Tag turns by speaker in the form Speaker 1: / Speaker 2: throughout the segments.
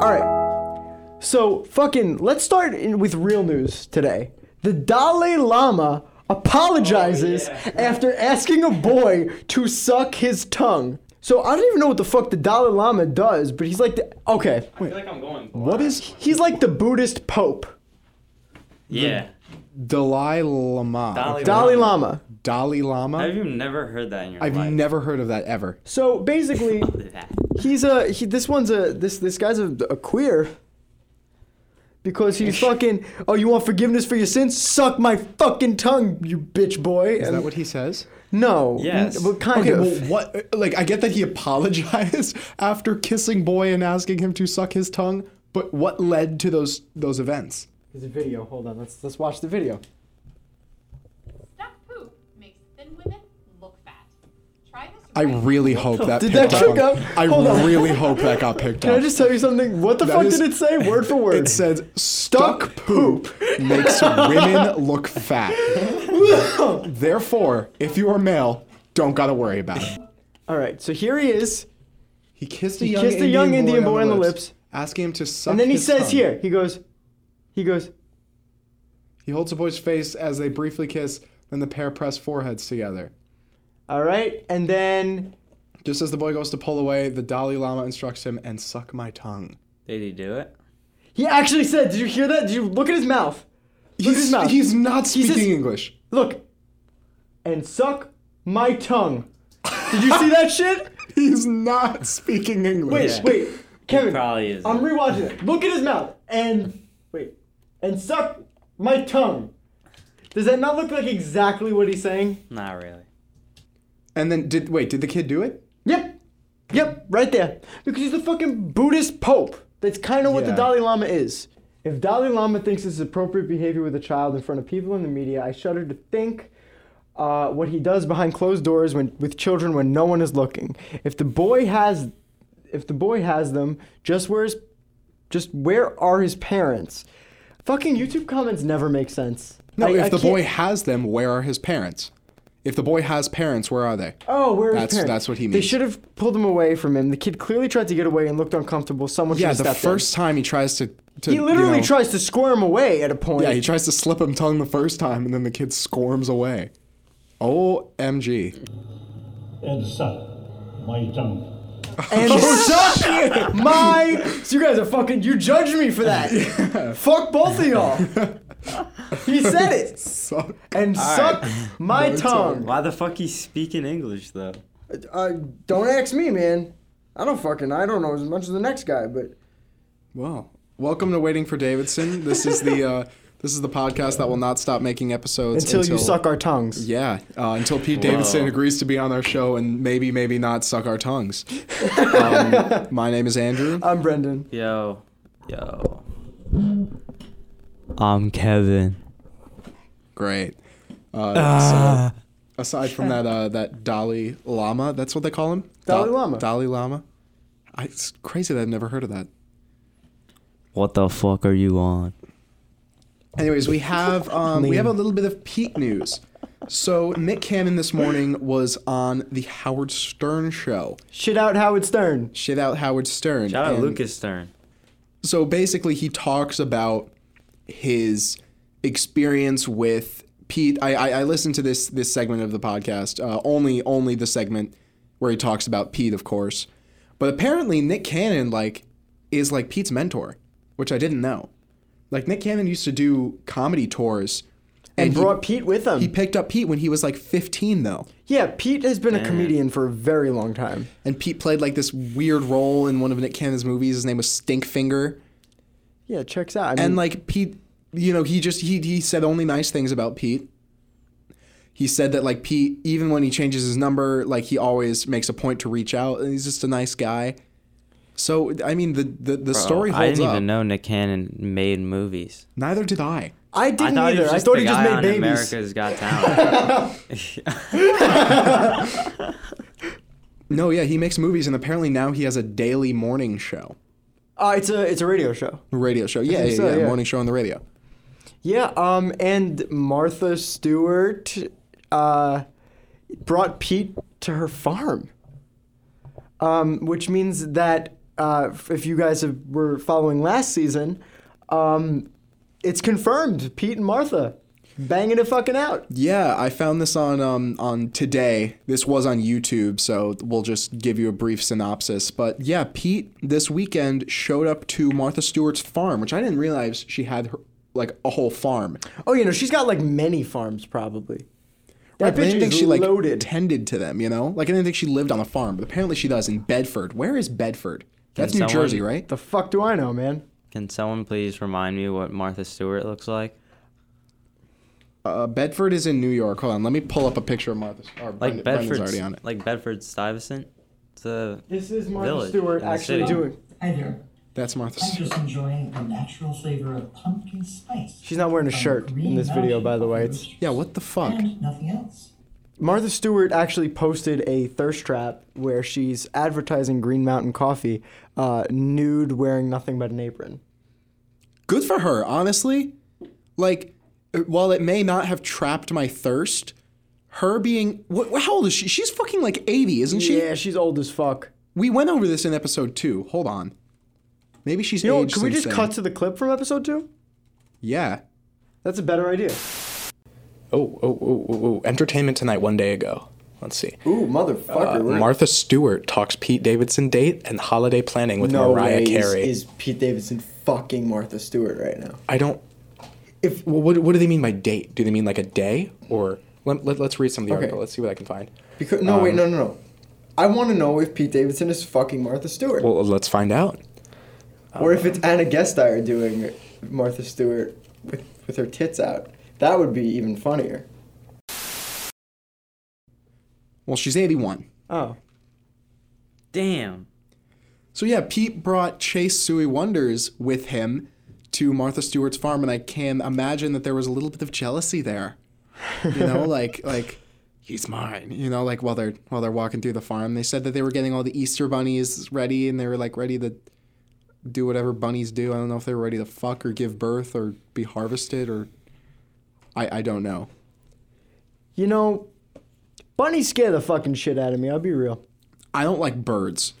Speaker 1: All right. So fucking let's start in, with real news today. The Dalai Lama apologizes
Speaker 2: Oh,
Speaker 1: after asking a boy to suck his tongue. So I don't even know what the fuck the Dalai Lama does, but he's like the okay.
Speaker 3: I feel like I'm going.
Speaker 2: What is
Speaker 1: He's like the Buddhist Pope.
Speaker 3: Yeah.
Speaker 2: Dalai Lama?
Speaker 3: Dalai
Speaker 1: Dalai Lama.
Speaker 2: Dalai Lama?
Speaker 3: Have you never heard that in your
Speaker 2: I've
Speaker 3: life?
Speaker 2: never heard of that ever.
Speaker 1: So basically,
Speaker 3: That.
Speaker 1: he's a he, this one's a this this guy's a, a queer because he's fucking oh you want forgiveness for your sins suck my fucking tongue you bitch boy
Speaker 2: Is that what he says?
Speaker 1: no
Speaker 3: Yes.
Speaker 1: n- but kind
Speaker 2: Okay,
Speaker 1: of
Speaker 2: well, what? Like, I get that he apologized after kissing boy and asking him to suck his tongue, but what led to those those events?
Speaker 1: there's a video hold on let's let's watch the video
Speaker 4: Stuck poop makes thin women look fat. Try this.
Speaker 2: I
Speaker 4: right
Speaker 2: really hope that
Speaker 1: Did
Speaker 2: picked
Speaker 1: that
Speaker 2: up.
Speaker 1: trick up?
Speaker 2: I
Speaker 1: Hold on.
Speaker 2: really hope that got picked
Speaker 1: can I
Speaker 2: up.
Speaker 1: just tell you something what the
Speaker 2: That
Speaker 1: fuck
Speaker 2: is-
Speaker 1: did it say word for word
Speaker 2: it said stuck poop makes women look fat. Therefore, if you are male, don't gotta worry about it.
Speaker 1: all right so here he is
Speaker 2: He kissed a
Speaker 1: He
Speaker 2: young,
Speaker 1: kissed a
Speaker 2: Indian,
Speaker 1: young
Speaker 2: boy
Speaker 1: Indian
Speaker 2: on,
Speaker 1: boy
Speaker 2: the
Speaker 1: on the lips.
Speaker 2: lips, asking him to suck.
Speaker 1: and then he
Speaker 2: his
Speaker 1: says
Speaker 2: tongue.
Speaker 1: here he goes he goes
Speaker 2: He holds the boy's face as they briefly kiss. Then the pair press foreheads together.
Speaker 1: all right and then
Speaker 2: Just as the boy goes to pull away, the Dalai Lama instructs him and suck my tongue.
Speaker 3: Did he do it?
Speaker 1: he actually said did you hear that did you look at his mouth at his
Speaker 2: He's,
Speaker 1: mouth.
Speaker 2: he's not
Speaker 1: He
Speaker 2: speaking
Speaker 1: says-
Speaker 2: English.
Speaker 1: Look, and suck my tongue. Did you see that shit?
Speaker 2: He's not speaking
Speaker 1: Wait,
Speaker 2: English.
Speaker 1: wait, Kevin.
Speaker 3: Probably is.
Speaker 1: I'm rewatching it. Look at his mouth and wait, and suck my tongue. Does that not look like exactly what he's saying?
Speaker 3: Not really.
Speaker 2: And then did wait? Did the kid do it?
Speaker 1: Yep, yep, right there. Because he's the fucking Buddhist Pope. That's kind of what the
Speaker 2: Yeah.
Speaker 1: Dalai Lama is. If Dalai Lama thinks it's appropriate behavior with a child in front of people in the media, I shudder to think uh, what he does behind closed doors when, with children when no one is looking. If the boy has, if the boy has them, just where's, just where are his parents? Fucking YouTube comments never make sense.
Speaker 2: No.
Speaker 1: I-
Speaker 2: if
Speaker 1: I
Speaker 2: the
Speaker 1: can't-
Speaker 2: boy has them, where are his parents? If the boy has parents, where are they?
Speaker 1: Oh, where are his
Speaker 2: That's-
Speaker 1: parents?
Speaker 2: that's what he
Speaker 1: They
Speaker 2: means.
Speaker 1: should have pulled him away from him. The kid clearly tried to get away and looked uncomfortable. Someone should
Speaker 2: yeah,
Speaker 1: have
Speaker 2: the
Speaker 1: stepped
Speaker 2: first time he tries to. to
Speaker 1: in. He literally
Speaker 2: you know-
Speaker 1: tries to squirm away at a point.
Speaker 2: Yeah, he tries to slip him tongue the first time, and then the kid squirms away. Omg.
Speaker 5: and suck my tongue.
Speaker 1: and suck my. So you guys are fucking. You judged me for that. Fuck both of y'all. he said it.
Speaker 2: Suck.
Speaker 1: And suck my tongue.
Speaker 3: Why the fuck he's speaking English though?
Speaker 1: Uh, don't ask me, man. I don't fucking. I don't know as much as the next guy, but
Speaker 2: Well, welcome to Waiting for Davidson. This is the uh, this is the podcast that will not stop making episodes
Speaker 1: until, you suck our tongues.
Speaker 2: Yeah, uh, until Pete Davidson agrees to be on our show and maybe, maybe not suck our tongues. um, my name is Andrew.
Speaker 1: I'm Brendan.
Speaker 3: Yo, yo. I'm Kevin.
Speaker 2: Great. Uh,
Speaker 1: Ah.
Speaker 2: so aside from that, uh, that Dalai Lama, that's what they call him?
Speaker 1: Dalai
Speaker 2: Da-
Speaker 1: Lama.
Speaker 2: Dalai Lama. I, it's crazy that I've never heard of that.
Speaker 3: What the fuck are you on?
Speaker 2: Anyways, we have um, we have a little bit of Pete news. So Nick Cannon this morning was on the Howard Stern show.
Speaker 1: Shit out Howard Stern.
Speaker 2: Shit out Howard Stern.
Speaker 3: Shout out
Speaker 2: And
Speaker 3: Lucas Stern.
Speaker 2: So basically, he talks about his experience with Pete. I, I, I listened to this this segment of the podcast. Uh, only only the segment where he talks about Pete, of course. But apparently, Nick Cannon like is like Pete's mentor, which I didn't know. Like Nick Cannon used to do comedy tours, and, he-
Speaker 1: Brought Pete with him.
Speaker 2: he picked up Pete when he was like 15, though.
Speaker 1: Yeah, Pete has been a comedian for a very long time.
Speaker 2: And Pete played like this weird role in one of Nick Cannon's movies. His name was Stinkfinger.
Speaker 1: Yeah, checks out. I mean,
Speaker 3: Mm.
Speaker 2: And like Pete, you know, he just he he said only nice things about Pete. He said that like Pete, even when he changes his number, like he always makes a point to reach out, and he's just a nice guy. So I mean, the the, the story
Speaker 3: I
Speaker 2: holds
Speaker 3: didn't
Speaker 2: up.
Speaker 3: even know Nick Cannon made movies.
Speaker 2: Neither did I.
Speaker 1: I didn't
Speaker 3: thought
Speaker 1: either.
Speaker 3: was
Speaker 1: I thought
Speaker 3: the
Speaker 1: he just
Speaker 3: guy
Speaker 1: made
Speaker 3: on
Speaker 1: babies.
Speaker 3: America's Got Talent.
Speaker 2: No, yeah, he makes movies, and apparently now he has a daily morning show,
Speaker 1: Uh, it's a it's a radio show.
Speaker 2: radio show. Yeah, yeah,
Speaker 1: so,
Speaker 2: yeah,
Speaker 1: yeah.
Speaker 2: morning show on the radio.
Speaker 1: Yeah, um, and Martha Stewart uh, brought Pete to her farm, um, which means that uh, f- if you guys have, were following last season, um, it's confirmed Pete and Martha banging it fucking out.
Speaker 2: Yeah, I found this on um, on today. This was on YouTube, so we'll just give you a brief synopsis. But yeah, Pete this weekend showed up to Martha Stewart's farm, which I didn't realize she had her, like a whole farm.
Speaker 1: Oh, you know she's got like many farms probably. That
Speaker 2: I didn't
Speaker 1: bitch
Speaker 2: think
Speaker 1: is
Speaker 2: she like
Speaker 1: loaded.
Speaker 2: tended to them, you know? Like I didn't think she lived on a farm, but apparently she does in Bedford. Where is Bedford? That's New
Speaker 3: someone-
Speaker 2: Jersey, right?
Speaker 1: The fuck do I know, man?
Speaker 3: Can someone please remind me what Martha Stewart looks like?
Speaker 2: Uh, Bedford is in New York. Hold on, let me pull up a picture of Martha. Or
Speaker 3: Like
Speaker 2: Brenda- Brenda's already on it.
Speaker 3: Bedford, like Bedford Stuyvesant. It's a
Speaker 1: This is Martha
Speaker 3: Village
Speaker 1: Stewart
Speaker 3: in the
Speaker 1: actually
Speaker 3: city.
Speaker 1: doing.
Speaker 6: Hi there.
Speaker 2: That's Martha.
Speaker 6: I'm
Speaker 2: Stewart.
Speaker 6: just enjoying the natural flavor of pumpkin spice.
Speaker 1: She's not wearing a
Speaker 6: from
Speaker 1: shirt in
Speaker 6: green
Speaker 1: this video,
Speaker 6: mountain
Speaker 1: by the way. It's-
Speaker 6: fruit
Speaker 2: Yeah, what the fuck?
Speaker 6: And nothing else.
Speaker 1: Martha Stewart actually posted a thirst trap where she's advertising Green Mountain Coffee, uh, nude, wearing nothing but an apron.
Speaker 2: good for her, honestly. Like, uh, while it may not have trapped my thirst, her being wh- wh- how old is she? She's fucking like eighty, isn't she?
Speaker 1: yeah, she's old as fuck.
Speaker 2: We went over this in episode two. Hold on, maybe she's
Speaker 1: You know,
Speaker 2: aged
Speaker 1: can we
Speaker 2: since
Speaker 1: just
Speaker 2: then.
Speaker 1: cut to the clip from episode two?
Speaker 2: Yeah.
Speaker 1: That's a better idea.
Speaker 7: Oh, oh, oh, oh, oh. Entertainment Tonight one day ago. Let's see.
Speaker 1: Ooh, motherfucker!
Speaker 7: Uh, Martha Stewart talks Pete Davidson date and holiday planning with Mariah Carey.
Speaker 1: Pete Davidson fucking Martha Stewart right now?
Speaker 7: I don't. If well, what, what do they mean by date? Do they mean like a day or let, let, us read some of the
Speaker 1: Okay.
Speaker 7: article. Let's see what I can find.
Speaker 1: Because no, wait, no, no, no. I want to know if Pete Davidson is fucking Martha Stewart,
Speaker 7: Well, let's find out.
Speaker 1: or if it's Anna Gasteyer doing Martha Stewart with, with her tits out. That would be even funnier.
Speaker 2: Well, she's eighty-one.
Speaker 1: Oh,
Speaker 3: damn.
Speaker 2: So yeah, Pete brought Chase Suey Wonders with him to Martha Stewart's farm, and I can imagine that there was a little bit of jealousy there. You know, like like he's mine. You know, like while they're while they're walking through the farm, they said that they were getting all the Easter bunnies ready, and they were like ready to do whatever bunnies do. I don't know if they were ready to fuck or give birth or be harvested or I I don't know.
Speaker 1: you know, bunnies scare the fucking shit out of me. I'll be real.
Speaker 2: I don't like birds.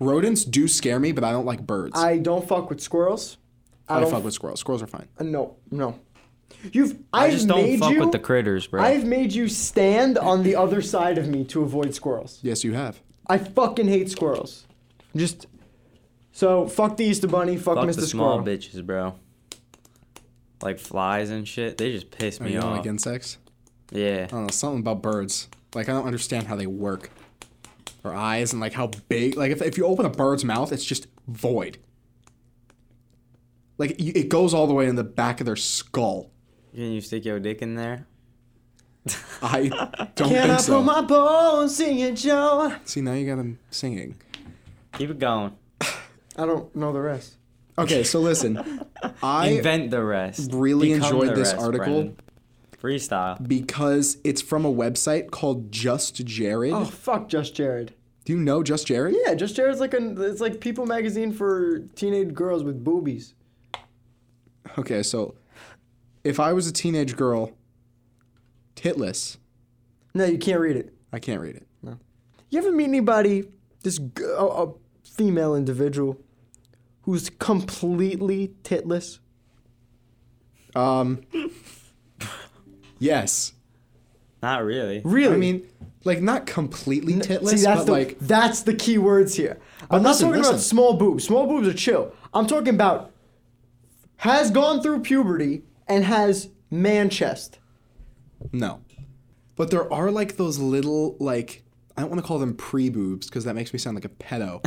Speaker 2: Rodents do scare me, but I don't like birds. I,
Speaker 1: I don't fuck with squirrels. I, don't
Speaker 2: fuck with squirrels. Squirrels are fine.
Speaker 1: Uh, No, no. You've.
Speaker 3: I
Speaker 1: I've
Speaker 3: just don't
Speaker 1: made
Speaker 3: fuck
Speaker 1: you,
Speaker 3: with the critters, bro.
Speaker 1: I've made you stand on the other side of me to avoid squirrels.
Speaker 2: Yes, you have.
Speaker 1: I fucking hate squirrels. Just. So fuck the Easter Bunny. Fuck,
Speaker 3: Fuck
Speaker 1: Mr.
Speaker 3: the small
Speaker 1: Squirrel.
Speaker 3: bitches, bro. Like flies and shit. They just piss
Speaker 2: Are
Speaker 3: me
Speaker 2: you not
Speaker 3: off.
Speaker 2: like insects?
Speaker 3: yeah.
Speaker 2: I don't know, something about birds. Like I don't understand how they work. Or eyes and like how big. Like if, if you open a bird's mouth, it's just void. Like you, it goes all the way in the back of their skull.
Speaker 3: Can you stick your dick in there?
Speaker 2: I don't
Speaker 1: Can I
Speaker 2: think
Speaker 1: put
Speaker 2: so.
Speaker 1: my bones singing Joe?
Speaker 2: See now you got them singing.
Speaker 3: Keep it going.
Speaker 1: I don't know the rest.
Speaker 2: Okay, so listen, I
Speaker 3: Invent the rest.
Speaker 2: really
Speaker 3: Become
Speaker 2: enjoyed
Speaker 3: the
Speaker 2: this
Speaker 3: rest,
Speaker 2: article.
Speaker 3: Brendan. Freestyle.
Speaker 2: because it's from a website called Just Jared.
Speaker 1: Oh fuck, Just Jared.
Speaker 2: Do you know Just Jared?
Speaker 1: Yeah, Just Jared's like an it's like People magazine for teenage girls with boobies.
Speaker 2: Okay, so if I was a teenage girl, titless,
Speaker 1: No, you can't read it.
Speaker 2: I can't read it.
Speaker 1: You ever meet anybody, this g- a, a female individual, who's completely titless?
Speaker 2: Um. yes.
Speaker 3: Not really.
Speaker 1: Really?
Speaker 2: I mean, like not completely titless,
Speaker 1: See, that's
Speaker 2: but
Speaker 1: the,
Speaker 2: like
Speaker 1: that's the key words here. I'm not
Speaker 2: listen,
Speaker 1: talking
Speaker 2: listen.
Speaker 1: about small boobs. Small boobs are chill. I'm talking about has gone through puberty and has man chest.
Speaker 2: no. But there are like those little like I don't want to call them pre boobs because that makes me sound like a pedo.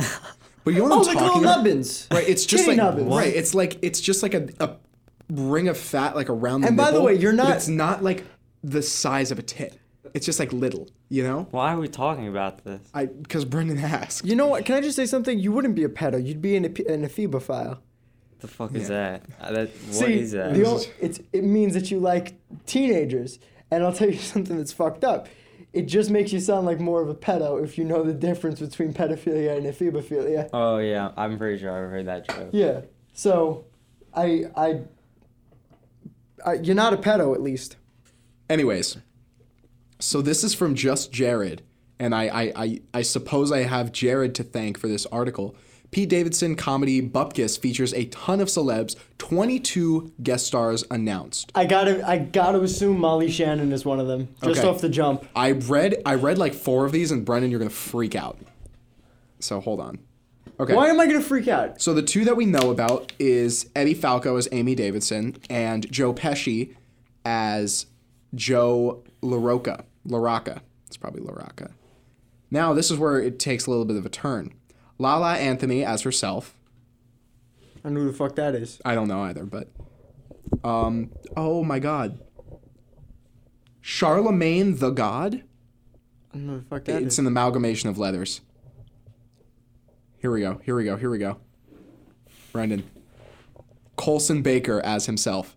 Speaker 2: But you know what
Speaker 1: Oh,
Speaker 2: I'm
Speaker 1: like
Speaker 2: talking
Speaker 1: little
Speaker 2: about?
Speaker 1: nubbins.
Speaker 2: Right, it's just
Speaker 1: Kitty
Speaker 2: like
Speaker 1: nubbins.
Speaker 2: right. It's like it's just like a, a ring of fat like around the
Speaker 1: And by the
Speaker 2: nipple,
Speaker 1: way, you're
Speaker 2: but
Speaker 1: not-
Speaker 2: It's not like the size of a tit. It's just like little, you know.
Speaker 3: Why are we talking about this?
Speaker 2: I because Brendan asked.
Speaker 1: You know what? Can I just say something? You wouldn't be a pedo. You'd be an, ep- an ephebophile.
Speaker 3: What the fuck is that? Uh, that what
Speaker 1: See,
Speaker 3: is that?
Speaker 1: the ol- it's, it means that you like teenagers. And I'll tell you something that's fucked up. It just makes you sound like more of a pedo if you know the difference between pedophilia and ephebophilia.
Speaker 3: oh yeah, I'm pretty sure I've heard that joke.
Speaker 1: Yeah. So, I, I, I, you're not a pedo at least.
Speaker 2: Anyways, so this is from just Jared, and I, I, I, I suppose I have Jared to thank for this article Pete Davidson comedy Bupkis features a ton of celebs, 22 guest stars announced.
Speaker 1: I gotta, I gotta assume Molly Shannon is one of them, just
Speaker 2: Okay.
Speaker 1: off the jump.
Speaker 2: I read I read like four of these, and Brendan, you're gonna freak out. So hold on. Okay.
Speaker 1: Why am I gonna freak out?
Speaker 2: So the two that we know about is Eddie Falco as Amy Davidson and Joe Pesci as Joe LaRocca. LaRocca. It's probably LaRocca. Now this is where it takes a little bit of a turn. Lala Anthony as herself.
Speaker 1: I know who the fuck that is.
Speaker 2: I don't know either, but um oh my god. Charlemagne the God?
Speaker 1: I don't know who the fuck that
Speaker 2: it's
Speaker 1: is.
Speaker 2: an amalgamation of letters. Here we go. Here we go. Here we go. Brendan. Colson Baker as himself.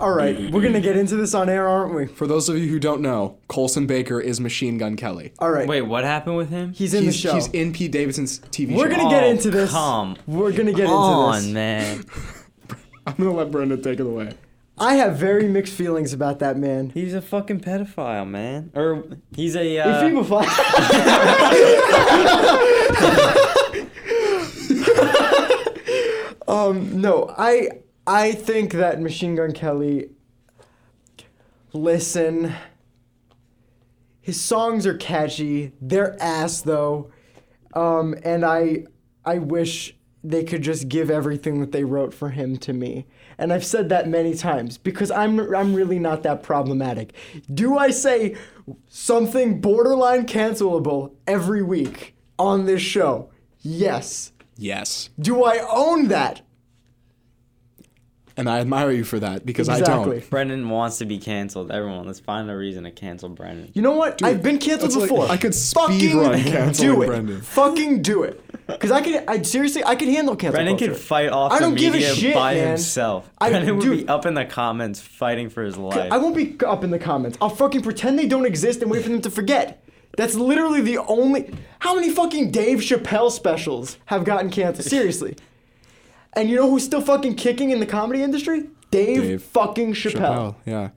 Speaker 1: All right, we're gonna get into this on air, aren't we?
Speaker 2: For those of you who don't know, Colson Baker is Machine Gun Kelly.
Speaker 1: All right.
Speaker 3: Wait, what happened with him?
Speaker 1: he's in
Speaker 2: he's,
Speaker 1: the show.
Speaker 2: he's in Pete Davidson's TV
Speaker 1: we're
Speaker 2: show.
Speaker 1: gonna get
Speaker 3: Oh,
Speaker 1: into this.
Speaker 3: come
Speaker 1: We're gonna get into
Speaker 3: on,
Speaker 1: this.
Speaker 3: man.
Speaker 2: I'm gonna let Brendan take it away.
Speaker 1: I have very mixed feelings about that man.
Speaker 3: He's a fucking pedophile, man. Or he's a.
Speaker 1: If
Speaker 3: Uh,
Speaker 1: people fi- um, no, I I think that Machine Gun Kelly. Listen. His songs are catchy. They're ass though, um, and I I wish they could just give everything that they wrote for him to me. And I've said that many times because I'm I'm really not that problematic. Do I say something borderline cancelable every week on this show? Yes.
Speaker 2: Yes.
Speaker 1: Do I own that?
Speaker 2: And I admire you for that because I
Speaker 1: Exactly.
Speaker 2: don't.
Speaker 3: Brendan wants to be canceled. Everyone, let's find a reason to cancel Brendan.
Speaker 1: You know what? I've been
Speaker 2: that's
Speaker 1: canceled
Speaker 2: like-
Speaker 1: before.
Speaker 2: I could
Speaker 1: fucking
Speaker 2: speedrun
Speaker 1: do
Speaker 2: canceling
Speaker 1: it.
Speaker 2: Brendan.
Speaker 1: Fucking do it. Because I could. I seriously, I could handle cancel
Speaker 3: Brendan
Speaker 1: culture.
Speaker 3: could fight off
Speaker 1: I don't
Speaker 3: the
Speaker 1: give a
Speaker 3: media
Speaker 1: shit,
Speaker 3: by
Speaker 1: man.
Speaker 3: himself.
Speaker 1: I-
Speaker 3: Brendan would
Speaker 1: dude-
Speaker 3: be up in the comments fighting for his life.
Speaker 1: I won't be up in the comments. I'll fucking pretend they don't exist and wait for them to forget. That's literally the only. How many fucking Dave Chappelle specials have gotten canceled? Seriously. And you know who's still fucking kicking in the comedy industry? Dave,
Speaker 2: Dave
Speaker 1: fucking Chappelle.
Speaker 2: Chappelle, yeah.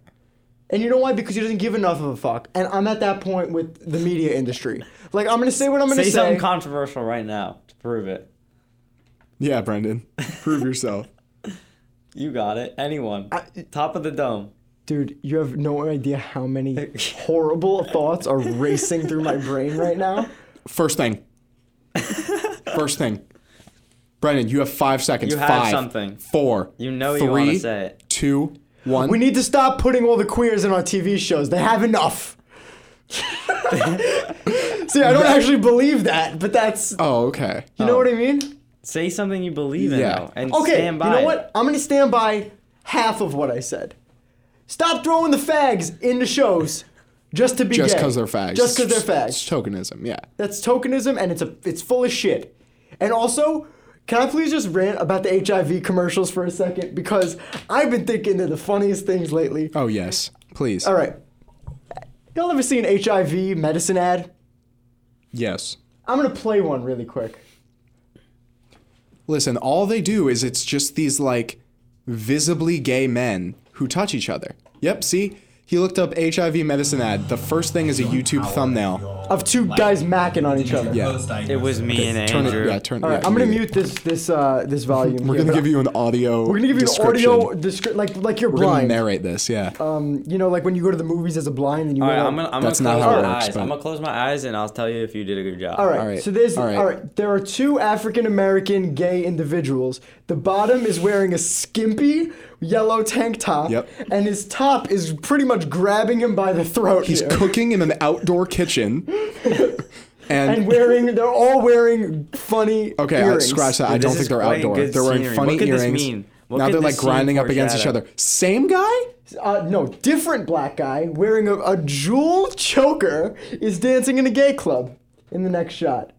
Speaker 1: And you know why? Because he doesn't give enough of a fuck. And I'm at that point with the media industry. Like I'm gonna say what I'm gonna
Speaker 3: say,
Speaker 1: say.
Speaker 3: something controversial right now to prove it.
Speaker 2: Yeah, Brendan. Prove yourself.
Speaker 3: You got it. Anyone.
Speaker 1: I-
Speaker 3: Top of the dome.
Speaker 1: Dude, you have no idea how many horrible thoughts are racing through my brain right now.
Speaker 2: First thing. First thing. Brendan, you have five seconds.
Speaker 3: You have
Speaker 2: Five,
Speaker 3: something.
Speaker 2: Four.
Speaker 3: You know you wanna
Speaker 2: three,
Speaker 3: say it.
Speaker 2: Two, one.
Speaker 1: We need to stop putting all the queers in our TV shows. They have enough. See, I don't actually believe that, but that's you
Speaker 2: Oh, okay. You
Speaker 1: know what I mean?
Speaker 3: Say something you believe in,
Speaker 2: Yeah.
Speaker 3: though, and
Speaker 1: Okay, you
Speaker 3: stand by
Speaker 1: know
Speaker 3: it.
Speaker 1: what? I'm gonna stand by half of what I said. Stop throwing the fags into shows just to be
Speaker 2: Just
Speaker 1: gay.
Speaker 2: because they're fags.
Speaker 1: Just because
Speaker 2: It's-
Speaker 1: they're fags.
Speaker 2: It's tokenism, yeah.
Speaker 1: That's tokenism, and it's a it's full of shit. And also, can I please just rant about the HIV commercials for a second? Because I've been thinking they're the funniest things lately.
Speaker 2: Oh, yes. Please.
Speaker 1: All right, y'all ever seen HIV medicine ad?
Speaker 2: Yes.
Speaker 1: I'm gonna play one really quick.
Speaker 2: Listen, all they do is it's just these like visibly gay men who touch each other. Yep, see? He looked up HIV medicine ad. The first thing is a YouTube thumbnail.
Speaker 1: Of two guys macking on each other.
Speaker 2: Yeah.
Speaker 3: It was me and
Speaker 2: Turn it,
Speaker 3: Andrew.
Speaker 2: yeah, turn
Speaker 1: All right,
Speaker 2: yeah,
Speaker 1: I'm gonna
Speaker 2: mute.
Speaker 1: mute this this uh, this volume.
Speaker 2: We're
Speaker 1: here,
Speaker 2: gonna
Speaker 1: but
Speaker 2: give you an audio.
Speaker 1: We're gonna give you an audio description, like like you're
Speaker 2: We're gonna
Speaker 1: blind.
Speaker 2: narrate this, yeah.
Speaker 1: Um, you know, like when you go to the movies as a blind and you.
Speaker 3: All right,
Speaker 1: go to-
Speaker 3: I'm gonna, I'm gonna
Speaker 2: That's
Speaker 3: close
Speaker 2: not
Speaker 3: my
Speaker 2: how it works,
Speaker 3: eyes.
Speaker 2: but-
Speaker 3: I'm gonna close my eyes, and I'll tell you if you did a good job.
Speaker 1: All right.
Speaker 2: All right.
Speaker 1: So there's
Speaker 2: All right.
Speaker 1: all right. There are two African American gay individuals. The bottom is wearing a skimpy yellow tank top,
Speaker 2: Yep.
Speaker 1: and his top is pretty much grabbing him by the throat.
Speaker 2: He's
Speaker 1: here.
Speaker 2: cooking in an outdoor kitchen. and,
Speaker 1: and wearing. They're all wearing funny.
Speaker 2: Okay, I
Speaker 1: earrings.
Speaker 2: scratch that. I
Speaker 3: Dude,
Speaker 2: don't
Speaker 3: this
Speaker 2: think
Speaker 3: is
Speaker 2: they're
Speaker 3: quite
Speaker 2: outdoor.
Speaker 3: good
Speaker 2: They're wearing
Speaker 3: scenery.
Speaker 2: funny
Speaker 3: What could this
Speaker 2: earrings.
Speaker 3: mean? What
Speaker 2: now
Speaker 3: could
Speaker 2: they're
Speaker 3: this
Speaker 2: like
Speaker 3: scene
Speaker 2: grinding up against each
Speaker 3: foreshadow?
Speaker 2: other. Same guy?
Speaker 1: Uh, no, different black guy wearing a, a jeweled choker is dancing in a gay club in the next shot.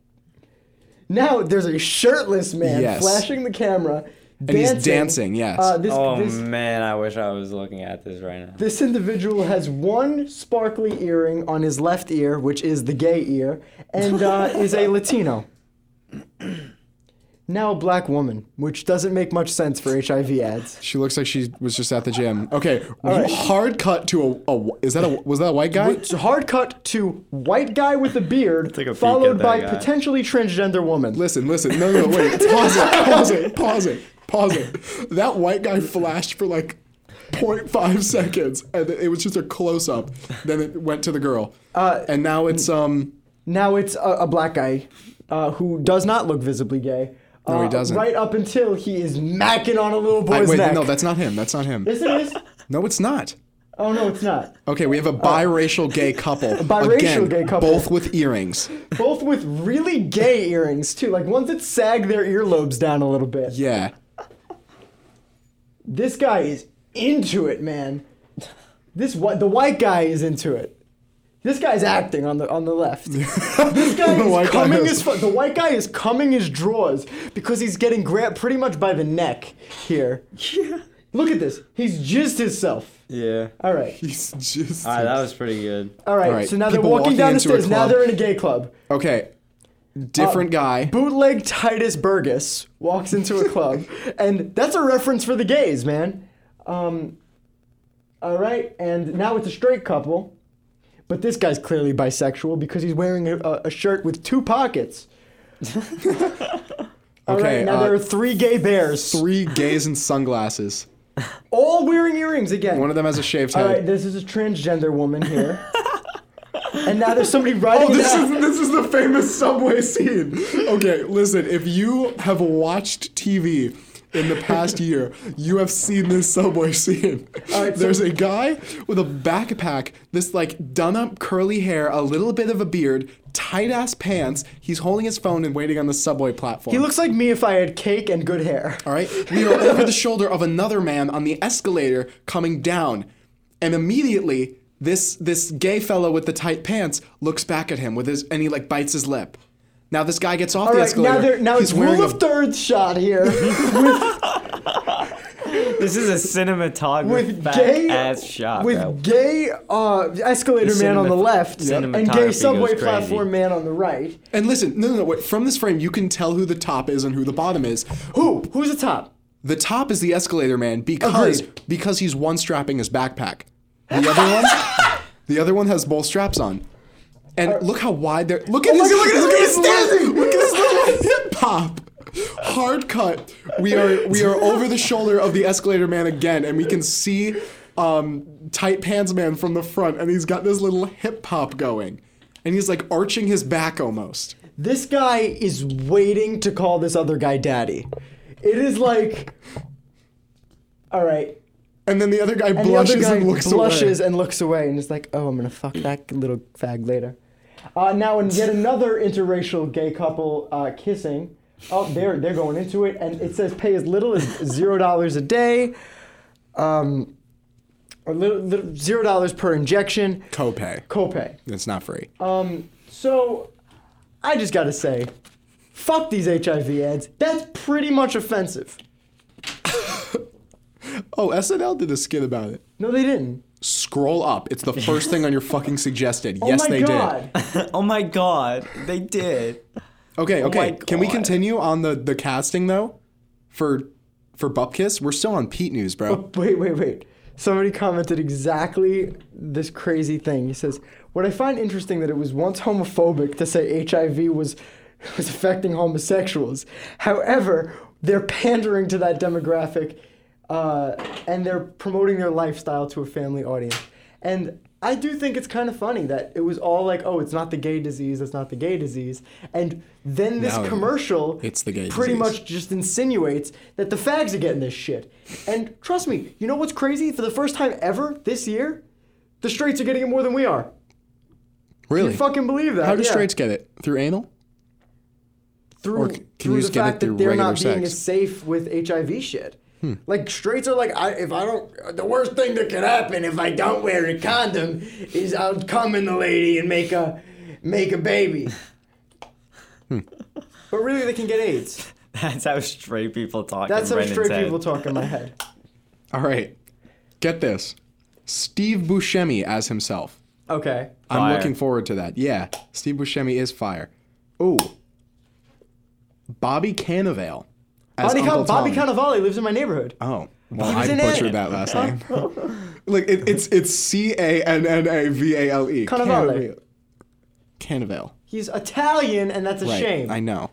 Speaker 1: Now there's a shirtless man
Speaker 2: Yes.
Speaker 1: flashing the camera.
Speaker 2: And he's dancing, yes.
Speaker 1: Uh, this,
Speaker 3: Oh
Speaker 1: this,
Speaker 3: man, I wish I was looking at this right now.
Speaker 1: This individual has one sparkly earring on his left ear, which is the gay ear, and uh, is a Latino. Now a black woman, which doesn't make much sense for HIV ads.
Speaker 2: She looks like she was just at the gym. Okay, hard cut to a, a. Is that a was that a white guy?
Speaker 1: It's a hard cut to white guy with a beard,
Speaker 3: Take a peek
Speaker 1: followed
Speaker 3: at that
Speaker 1: by
Speaker 3: guy.
Speaker 1: potentially transgender woman.
Speaker 2: Listen, listen. No, no, no, wait. Pause it. Pause it. Pause it. Pause it. That white guy flashed for like 0.5 seconds, and it was just a close up. Then it went to the girl, uh, and now it's um.
Speaker 1: Now it's a, a black guy uh, who does not look visibly gay.
Speaker 2: No, he
Speaker 1: uh,
Speaker 2: doesn't.
Speaker 1: Right up until he is macking on a little boy's
Speaker 2: I- wait,
Speaker 1: neck.
Speaker 2: no, that's not him. That's not him.
Speaker 1: Yes, it is.
Speaker 2: No, it's not.
Speaker 1: Oh no, it's not.
Speaker 2: Okay, we have a biracial gay couple.
Speaker 1: Oh. biracial
Speaker 2: Again,
Speaker 1: gay couple.
Speaker 2: Both with earrings.
Speaker 1: Both with really gay earrings too, like ones that sag their earlobes down a little bit.
Speaker 2: Yeah.
Speaker 1: This guy is into it, man. This whi- the white guy is into it. This guy's acting on the on the left. this guy
Speaker 2: The white
Speaker 1: is
Speaker 2: guy
Speaker 1: coming
Speaker 2: is-
Speaker 1: his fu- the white guy is coming his drawers because he's getting grabbed pretty much by the neck here. Yeah. Look at this. He's jizzed himself.
Speaker 3: Yeah.
Speaker 1: All right.
Speaker 2: He's just.
Speaker 3: All right, that was pretty good.
Speaker 1: All right.
Speaker 2: All right.
Speaker 1: So now they're
Speaker 2: People
Speaker 1: walking,
Speaker 2: walking
Speaker 1: down the
Speaker 2: into a
Speaker 1: stairs. Now
Speaker 2: club.
Speaker 1: they're in a gay club.
Speaker 2: Okay. Different
Speaker 1: Uh,
Speaker 2: guy.
Speaker 1: Bootleg Titus Burgess walks into a club, and that's a reference for the gays, man. Um, all right, and now it's a straight couple, but this guy's clearly bisexual because he's wearing a, a- a shirt with two pockets. All right,
Speaker 2: Okay.
Speaker 1: now
Speaker 2: uh,
Speaker 1: there are three gay bears,
Speaker 2: three gays in sunglasses.
Speaker 1: all wearing earrings again.
Speaker 2: One of them has a shaved
Speaker 1: all
Speaker 2: head.
Speaker 1: right, this is a transgender woman here. And now there's somebody riding.
Speaker 2: Oh, this
Speaker 1: down-
Speaker 2: is this is the famous subway scene. Okay, listen, if you have watched TV in the past year, you have seen this subway scene.
Speaker 1: right, so-
Speaker 2: There's a guy with a backpack, this like done up curly hair, a little bit of a beard, tight ass pants. He's holding his phone and waiting on the subway platform.
Speaker 1: he looks like me if I had cake and good hair.
Speaker 2: All right. We are over the shoulder of another man on the escalator coming down. And immediately, this this gay fellow with the tight pants looks back at him with his and he like bites his lip. Now this guy gets off
Speaker 1: All
Speaker 2: the
Speaker 1: right,
Speaker 2: escalator.
Speaker 1: now they're now
Speaker 2: He's
Speaker 1: it's rule
Speaker 2: wearing a-
Speaker 1: of thirds shot here. with
Speaker 3: This is a cinematography
Speaker 1: with
Speaker 3: fat
Speaker 1: gay
Speaker 3: ass shot.
Speaker 1: with
Speaker 3: bro.
Speaker 1: gay uh, escalator
Speaker 3: The
Speaker 1: man on the
Speaker 3: cinemat-
Speaker 1: left and
Speaker 3: cinematography
Speaker 1: gay
Speaker 3: goes
Speaker 1: subway
Speaker 3: crazy.
Speaker 1: platform man on the right.
Speaker 2: and listen, no, no, no, wait. From this frame, you can tell who the top is and who the bottom is.
Speaker 1: Who? Who's the top?
Speaker 2: The top is the escalator man because
Speaker 1: Agreed.
Speaker 2: because he's one strapping his backpack. The other one, the other one has both straps on. And look how wide they're. Look at
Speaker 1: Oh my
Speaker 2: his.
Speaker 1: God,
Speaker 2: Look at,
Speaker 1: look at his
Speaker 2: his. Little,
Speaker 1: standing.
Speaker 2: look at his little hip hop. Hard cut. We are we are over the shoulder of the escalator man again, and we can see um, tight pants man from the front, and he's got this little hip hop going, and he's like arching his back almost.
Speaker 1: This guy is waiting to call this other guy daddy. It is like, all right.
Speaker 2: And then the other guy
Speaker 1: And
Speaker 2: blushes
Speaker 1: the other guy
Speaker 2: and looks
Speaker 1: blushes
Speaker 2: away.
Speaker 1: and looks away and is like, oh, I'm gonna fuck that little fag later. Uh, now in yet another interracial gay couple uh, kissing. Oh, they're they're going into it, and it says pay as little as zero dollars a day, um, or little, little, zero dollars per injection
Speaker 2: Copay.
Speaker 1: copay.
Speaker 2: It's not free.
Speaker 1: So, I just gotta say, fuck these HIV ads. That's pretty much offensive.
Speaker 2: Oh, SNL did a skit about it.
Speaker 1: No, they didn't.
Speaker 2: Scroll up. It's the first thing on your fucking suggested.
Speaker 1: Oh
Speaker 2: yes,
Speaker 1: my
Speaker 2: they
Speaker 1: god.
Speaker 3: oh my god, they did.
Speaker 2: did. Okay,
Speaker 1: Oh
Speaker 2: okay.
Speaker 3: my
Speaker 2: Can we
Speaker 3: God.
Speaker 2: continue on the the casting though? For for Bupkis, we're still on Pete news, bro.
Speaker 1: Wait, wait, wait. Somebody commented exactly this crazy thing. He says, "What I find interesting that it was once homophobic to say HIV was was affecting homosexuals. However, they're pandering to that demographic, uh, and they're promoting their lifestyle to a family audience. And I do think it's kind of funny that it was all like, oh, it's not the gay disease, it's not the gay disease, and then this
Speaker 2: No,
Speaker 1: commercial
Speaker 2: it's the gay
Speaker 1: pretty
Speaker 2: disease.
Speaker 1: much just insinuates that the fags are getting this shit. And trust me, you know what's crazy? For the first time ever this year, the straights are getting it more than we are.
Speaker 2: Really?
Speaker 1: You fucking believe that?
Speaker 2: How do
Speaker 1: yeah.
Speaker 2: straights get it? Through anal?
Speaker 1: through,
Speaker 2: or c- can
Speaker 1: through the
Speaker 2: you just get it
Speaker 1: fact
Speaker 2: through
Speaker 1: that they're not
Speaker 2: regular
Speaker 1: being
Speaker 2: sex? Hmm.
Speaker 1: as safe with HIV shit? Like straights are like, I, if I don't, the worst thing that could happen if I don't wear a condom is I'll come in the lady and make a make a baby.
Speaker 2: Hmm.
Speaker 1: But really, they can get AIDS.
Speaker 3: That's how straight people talk.
Speaker 1: That's
Speaker 3: in
Speaker 1: how
Speaker 3: Brennan's
Speaker 1: straight
Speaker 3: head.
Speaker 1: people talk in my head.
Speaker 2: All right. Get this. Steve Buscemi as himself.
Speaker 1: Okay.
Speaker 2: I'm
Speaker 3: Fire.
Speaker 2: looking forward to that. Yeah. Steve Buscemi is fire. Ooh. Bobby Cannavale. as
Speaker 1: Bobby, Ca-
Speaker 2: Uncle
Speaker 1: Bobby
Speaker 2: Tom.
Speaker 1: Cannavale lives in my neighborhood.
Speaker 2: Oh, well,
Speaker 1: was
Speaker 2: I
Speaker 1: in
Speaker 2: butchered
Speaker 1: it.
Speaker 2: that last name. like it, it's it's C A N N A V A L E.
Speaker 1: Cannavale.
Speaker 2: Cannavale.
Speaker 1: He's Italian, and that's a
Speaker 2: Right.
Speaker 1: shame.
Speaker 2: I know.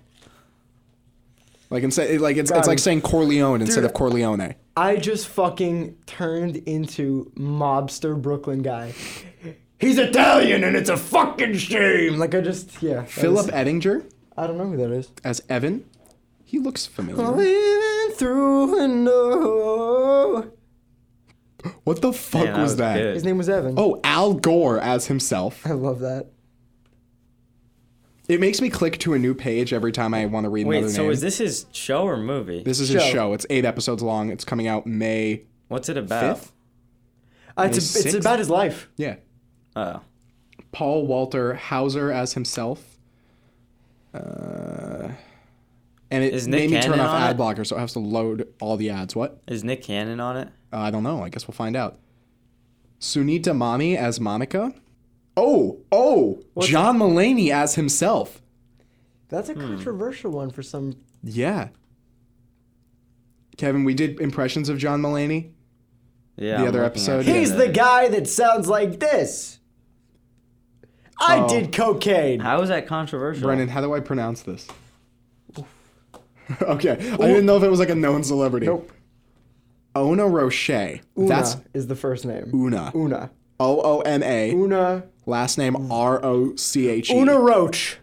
Speaker 2: Like instead, it- like it's
Speaker 1: Got
Speaker 2: it's like
Speaker 1: him.
Speaker 2: saying Corleone instead
Speaker 1: Dude.
Speaker 2: of Corleone.
Speaker 1: I just fucking turned into mobster Brooklyn guy. He's Italian and it's a fucking shame. Like I just yeah. that
Speaker 2: Philip
Speaker 1: was-
Speaker 2: Ettinger
Speaker 1: I don't know who that is.
Speaker 2: as Evan. He looks familiar.
Speaker 1: Living through a window.
Speaker 2: What the fuck
Speaker 3: Damn, that
Speaker 2: was
Speaker 3: was
Speaker 2: that?
Speaker 3: good.
Speaker 1: His name was Evan.
Speaker 2: Oh, Al Gore as himself.
Speaker 1: I love that.
Speaker 2: It makes me click to a new page every time I want to read
Speaker 3: Wait,
Speaker 2: another
Speaker 3: so
Speaker 2: name.
Speaker 3: is this his show or movie?
Speaker 2: This is his
Speaker 1: Show.
Speaker 2: show. It's eight episodes long. It's coming out May
Speaker 3: What's it about?
Speaker 2: fifth.
Speaker 1: Uh, it's,
Speaker 2: May
Speaker 1: it's
Speaker 2: sixth?
Speaker 1: about his life.
Speaker 2: Yeah.
Speaker 3: Oh.
Speaker 2: Paul Walter Hauser as himself. Uh, and it
Speaker 3: Is Nick
Speaker 2: made me turn
Speaker 3: Cannon
Speaker 2: off
Speaker 3: on
Speaker 2: ad
Speaker 3: it?
Speaker 2: blocker, so I have to load all the ads. What?
Speaker 3: Is Nick Cannon on it?
Speaker 2: Uh, I don't know. I guess we'll find out. Sunita Mani as Monica. Oh, oh, John Mulaney as himself.
Speaker 1: That's
Speaker 2: Hmm.
Speaker 1: a controversial one for some.
Speaker 2: Yeah. Kevin, we did impressions of John Mulaney.
Speaker 3: Yeah.
Speaker 2: The
Speaker 3: I'm
Speaker 2: other
Speaker 3: looking
Speaker 2: episode?
Speaker 3: at
Speaker 2: Yeah,
Speaker 3: it.
Speaker 1: He's the guy that sounds like this. I
Speaker 2: Oh.
Speaker 1: did cocaine.
Speaker 3: How is that controversial?
Speaker 2: Brennan, how do I pronounce this? okay, I didn't know if it was like a known celebrity.
Speaker 1: Nope.
Speaker 2: Ona Roche.
Speaker 1: Una
Speaker 2: That's
Speaker 1: is the first name.
Speaker 2: Una.
Speaker 1: Una.
Speaker 2: O O N A.
Speaker 1: Una.
Speaker 2: Last name R O C H E.
Speaker 1: Una Roach.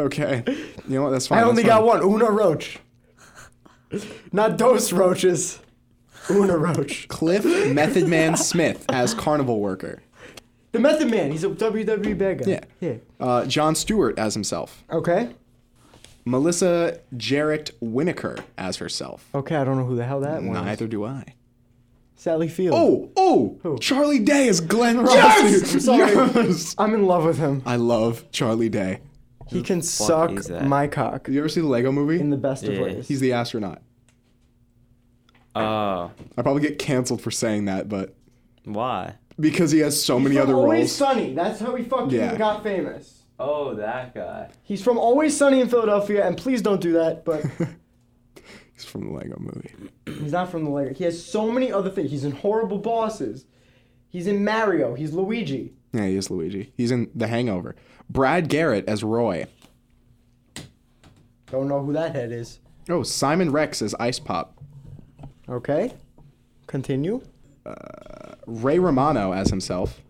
Speaker 2: Okay. You know what? That's fine.
Speaker 1: I only
Speaker 2: that's
Speaker 1: got
Speaker 2: fine.
Speaker 1: one. Una Roach. Not dos roaches. Una Roach.
Speaker 2: Cliff Method Man Smith as carnival worker.
Speaker 1: The Method Man. He's a WWE bad guy.
Speaker 2: Yeah. Uh, John Stewart as himself.
Speaker 1: Okay.
Speaker 2: Melissa Jarrett Winokur as herself.
Speaker 1: Okay, I don't know who the hell that one is.
Speaker 2: Neither do I.
Speaker 1: Sally Field.
Speaker 2: Oh, oh!
Speaker 1: Who?
Speaker 2: Charlie Day as Glenn Ross.
Speaker 1: Yes! I'm sorry.
Speaker 2: Yes!
Speaker 1: I'm in love with him.
Speaker 2: I love Charlie Day.
Speaker 1: He can
Speaker 3: is
Speaker 1: suck
Speaker 3: that?
Speaker 1: my cock
Speaker 2: Have you ever seen the Lego movie?
Speaker 1: in the best of
Speaker 3: Yeah.
Speaker 1: ways.
Speaker 2: He's the astronaut.
Speaker 3: Oh.
Speaker 2: I probably get canceled for saying that, but
Speaker 3: Why?
Speaker 2: because he has so many other
Speaker 1: Always
Speaker 2: roles.
Speaker 1: Sunny. That's how he fucking
Speaker 2: Yeah.
Speaker 1: got famous.
Speaker 3: Oh, that guy.
Speaker 1: He's from Always Sunny in Philadelphia, and please don't do that, but
Speaker 2: He's from the Lego movie.
Speaker 1: he's not from the Lakers. He has so many other things. He's in Horrible Bosses. He's in Mario. He's Luigi.
Speaker 2: Yeah, he is Luigi. He's in The Hangover. Brad Garrett as Roy.
Speaker 1: Don't know who that head is.
Speaker 2: Oh, Simon Rex as Ice Pop.
Speaker 1: Okay. Continue.
Speaker 2: Ray Romano as himself.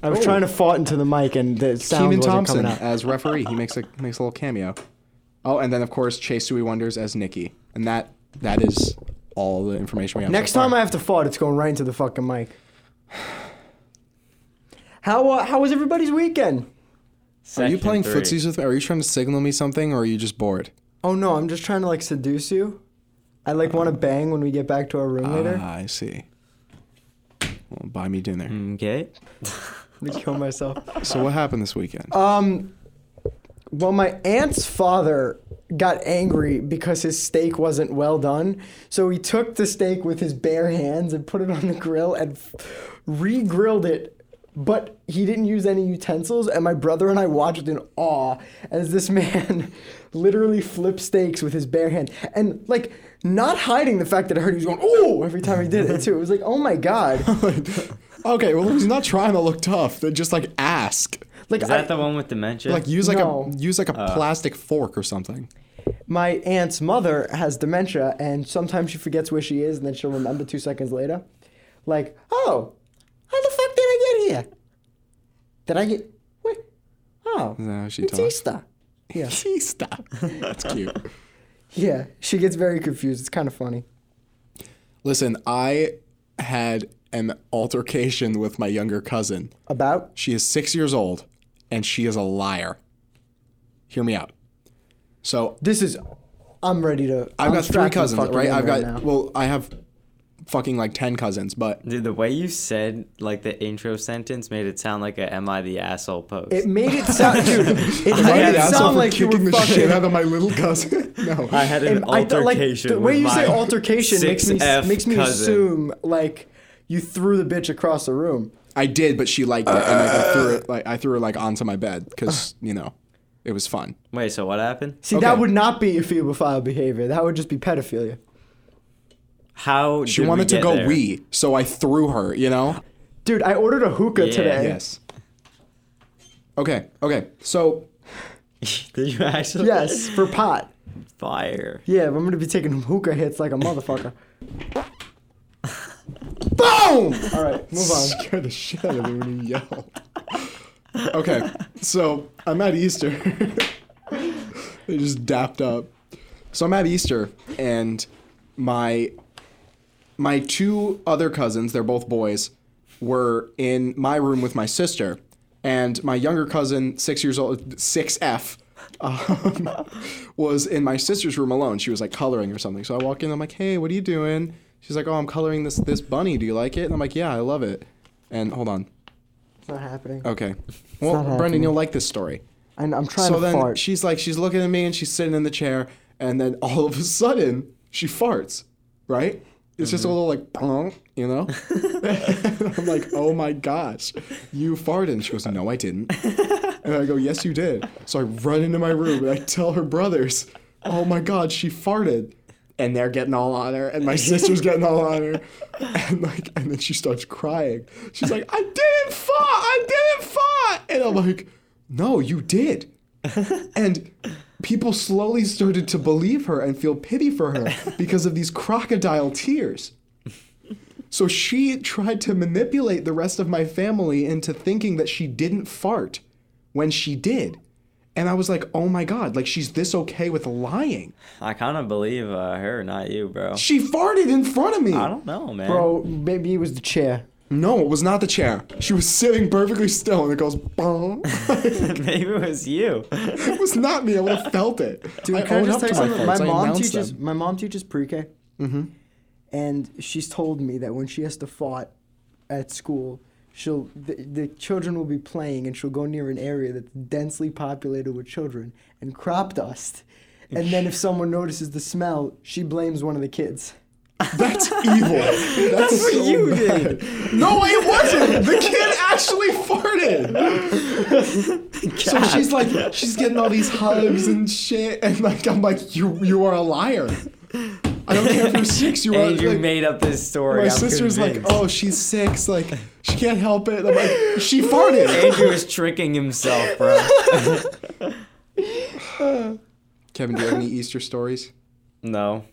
Speaker 1: I was trying to fart into the mic and the sound
Speaker 2: Keenan
Speaker 1: wasn't
Speaker 2: Thompson
Speaker 1: coming out.
Speaker 2: as referee. He makes a makes a little cameo. Oh, and then of course Chase Suey Wonders as Nikki. And that that is all the information we have.
Speaker 1: Next time I have to fart, it's going right into the fucking mic. How uh, how was everybody's weekend?
Speaker 2: Are you
Speaker 3: Section
Speaker 2: playing
Speaker 3: three.
Speaker 2: footsies with me? Are you trying to signal me something or are you just bored?
Speaker 1: Oh no, I'm just trying to like seduce you. I like want to bang when we get back to our room later.
Speaker 2: Ah, I see. Well, buy me dinner.
Speaker 3: Okay.
Speaker 1: I'm gonna kill myself.
Speaker 2: So what happened this weekend?
Speaker 1: Well, my aunt's father got angry because his steak wasn't well done. So he took the steak with his bare hands and put it on the grill and f- re grilled it. But he didn't use any utensils. And my brother and I watched in awe as this man literally flipped steaks with his bare hand. And like, not hiding the fact that I heard he was going, oh, every time he did it, too. It was like, oh my God.
Speaker 2: okay, well he's not trying to look tough. They're just like ask.
Speaker 1: Like,
Speaker 3: Is that
Speaker 1: I-
Speaker 3: the one with dementia?
Speaker 2: Like use like
Speaker 1: No.
Speaker 2: a use like a
Speaker 3: Uh.
Speaker 2: plastic fork or something.
Speaker 1: my aunt's mother has dementia and sometimes she forgets where she is and then she'll remember two seconds later. Like, oh, how the fuck did I get here? Did I get what? Oh,
Speaker 2: No, she
Speaker 1: it's
Speaker 2: talks.
Speaker 1: Easter. Yeah,
Speaker 2: Stop. That's cute.
Speaker 1: yeah. She gets very confused. It's kind of funny.
Speaker 2: Listen, I had an altercation with my younger cousin.
Speaker 1: About
Speaker 2: She is six years old, and she is a liar. Hear me out. So
Speaker 1: this is, I'm ready to.
Speaker 2: I've
Speaker 1: I'm
Speaker 2: got three
Speaker 1: strapped to
Speaker 2: cousins,
Speaker 1: fucking
Speaker 2: right?
Speaker 1: in
Speaker 2: I've got
Speaker 1: now.
Speaker 2: well, I have fucking like ten cousins, but
Speaker 3: Dude, the way you said like the intro sentence made it sound like a "Am I the asshole?" post.
Speaker 1: It made it sound, dude. It made
Speaker 3: had
Speaker 1: it
Speaker 3: asshole
Speaker 1: sound like you
Speaker 2: kicking
Speaker 1: were
Speaker 2: the shit out
Speaker 1: fucking.
Speaker 2: of my little cousin. no,
Speaker 3: I had an
Speaker 1: And I thought, like,
Speaker 3: altercation.
Speaker 1: the way
Speaker 3: with
Speaker 1: you say
Speaker 3: my
Speaker 1: altercation makes me
Speaker 3: 6F
Speaker 1: makes me
Speaker 3: cousin.
Speaker 1: assume like you threw the bitch across the room.
Speaker 2: I did, but she liked it, and like, I threw it like I threw her like onto my bed because you know It was fun.
Speaker 3: Wait, so what happened?
Speaker 1: See, that
Speaker 2: Okay.
Speaker 1: would not be euphemophile behavior. That would just be pedophilia.
Speaker 3: How
Speaker 2: She
Speaker 3: did we
Speaker 2: wanted to
Speaker 3: get
Speaker 2: go
Speaker 3: there?
Speaker 2: we, so I threw her. You know.
Speaker 1: Dude, I ordered a hookah
Speaker 3: Yeah,
Speaker 1: today.
Speaker 2: Yes. Okay. Okay. So
Speaker 3: Did you actually?
Speaker 1: Yes, for pot.
Speaker 3: Fire.
Speaker 1: Yeah, I'm gonna be taking hookah hits like a motherfucker.
Speaker 2: boom.
Speaker 1: All right, move on.
Speaker 2: Scare the shit out of me when you yell. Okay, so I'm at Easter. they just dapped up. So I'm at Easter, and my my two other cousins, they're both boys, were in my room with my sister, and my younger cousin, six years old, six F. Um, was in my sister's room alone. She was like coloring or something. So I walk in. I'm like, "Hey, what are you doing?" She's like, "Oh, I'm coloring this this bunny. Do you like it?" And I'm like, "Yeah, I love it." And hold on.
Speaker 1: It's not happening.
Speaker 2: Okay.
Speaker 1: not
Speaker 2: Well, Brendan,
Speaker 1: happening.
Speaker 2: you'll like this story.
Speaker 1: And I'm trying
Speaker 2: so
Speaker 1: to
Speaker 2: then
Speaker 1: fart.
Speaker 2: she's like, she's looking at me and she's sitting in the chair, and then all of a sudden she farts, right? It's just a little like, "Pong," you know? I'm like, oh my gosh, you farted. And she goes, no, I didn't. And I go, yes, you did. So I run into my room and I tell her brothers, oh my God, she farted. And they're getting all on her, and my sister's getting all on her, and like, and then she starts crying. She's like, "I didn't fart, I didn't fart," and I'm like, "No, you did." And people slowly started to believe her and feel pity for her because of these crocodile tears. So she tried to manipulate the rest of my family into thinking that she didn't fart when she did. And I was like, oh my God, like she's this okay with lying.
Speaker 3: I kind of believe uh, her, not you, bro.
Speaker 2: She farted in front of me.
Speaker 3: I don't know, man.
Speaker 1: Bro, maybe it was the chair.
Speaker 2: No, it was not the chair. She was sitting perfectly still and it goes, bong. it
Speaker 3: Maybe it was you.
Speaker 2: was not me. I would have felt it.
Speaker 1: Dude,
Speaker 2: I
Speaker 1: can I
Speaker 2: own
Speaker 1: just
Speaker 2: up
Speaker 1: tell you something?
Speaker 2: to my
Speaker 1: My
Speaker 2: farts. I
Speaker 1: mom
Speaker 2: announced
Speaker 1: teaches
Speaker 2: them. Mm-hmm.
Speaker 1: my mom teaches pre-K, and she's told me that when she has to fart at school, she'll the, the children will be playing and she'll go near an area that's densely populated with children and crop dust, and then if someone notices the smell, she blames one of the kids.
Speaker 2: That's evil. That's, what you did. No, it wasn't. The kid actually farted. so she's like, she's getting all these hugs and shit, and like, I'm like, you, you are a liar. I don't care if you're six. You are.
Speaker 3: Andrew
Speaker 2: like,
Speaker 3: made up this story.
Speaker 2: my
Speaker 3: I'm
Speaker 2: sister's like,
Speaker 3: convinced.
Speaker 2: oh, she's six. Like, she can't help it. And I'm like, she
Speaker 1: "Oh."
Speaker 2: farted.
Speaker 3: Andrew is tricking himself, bro.
Speaker 2: Kevin, do you have any Easter stories?
Speaker 3: no.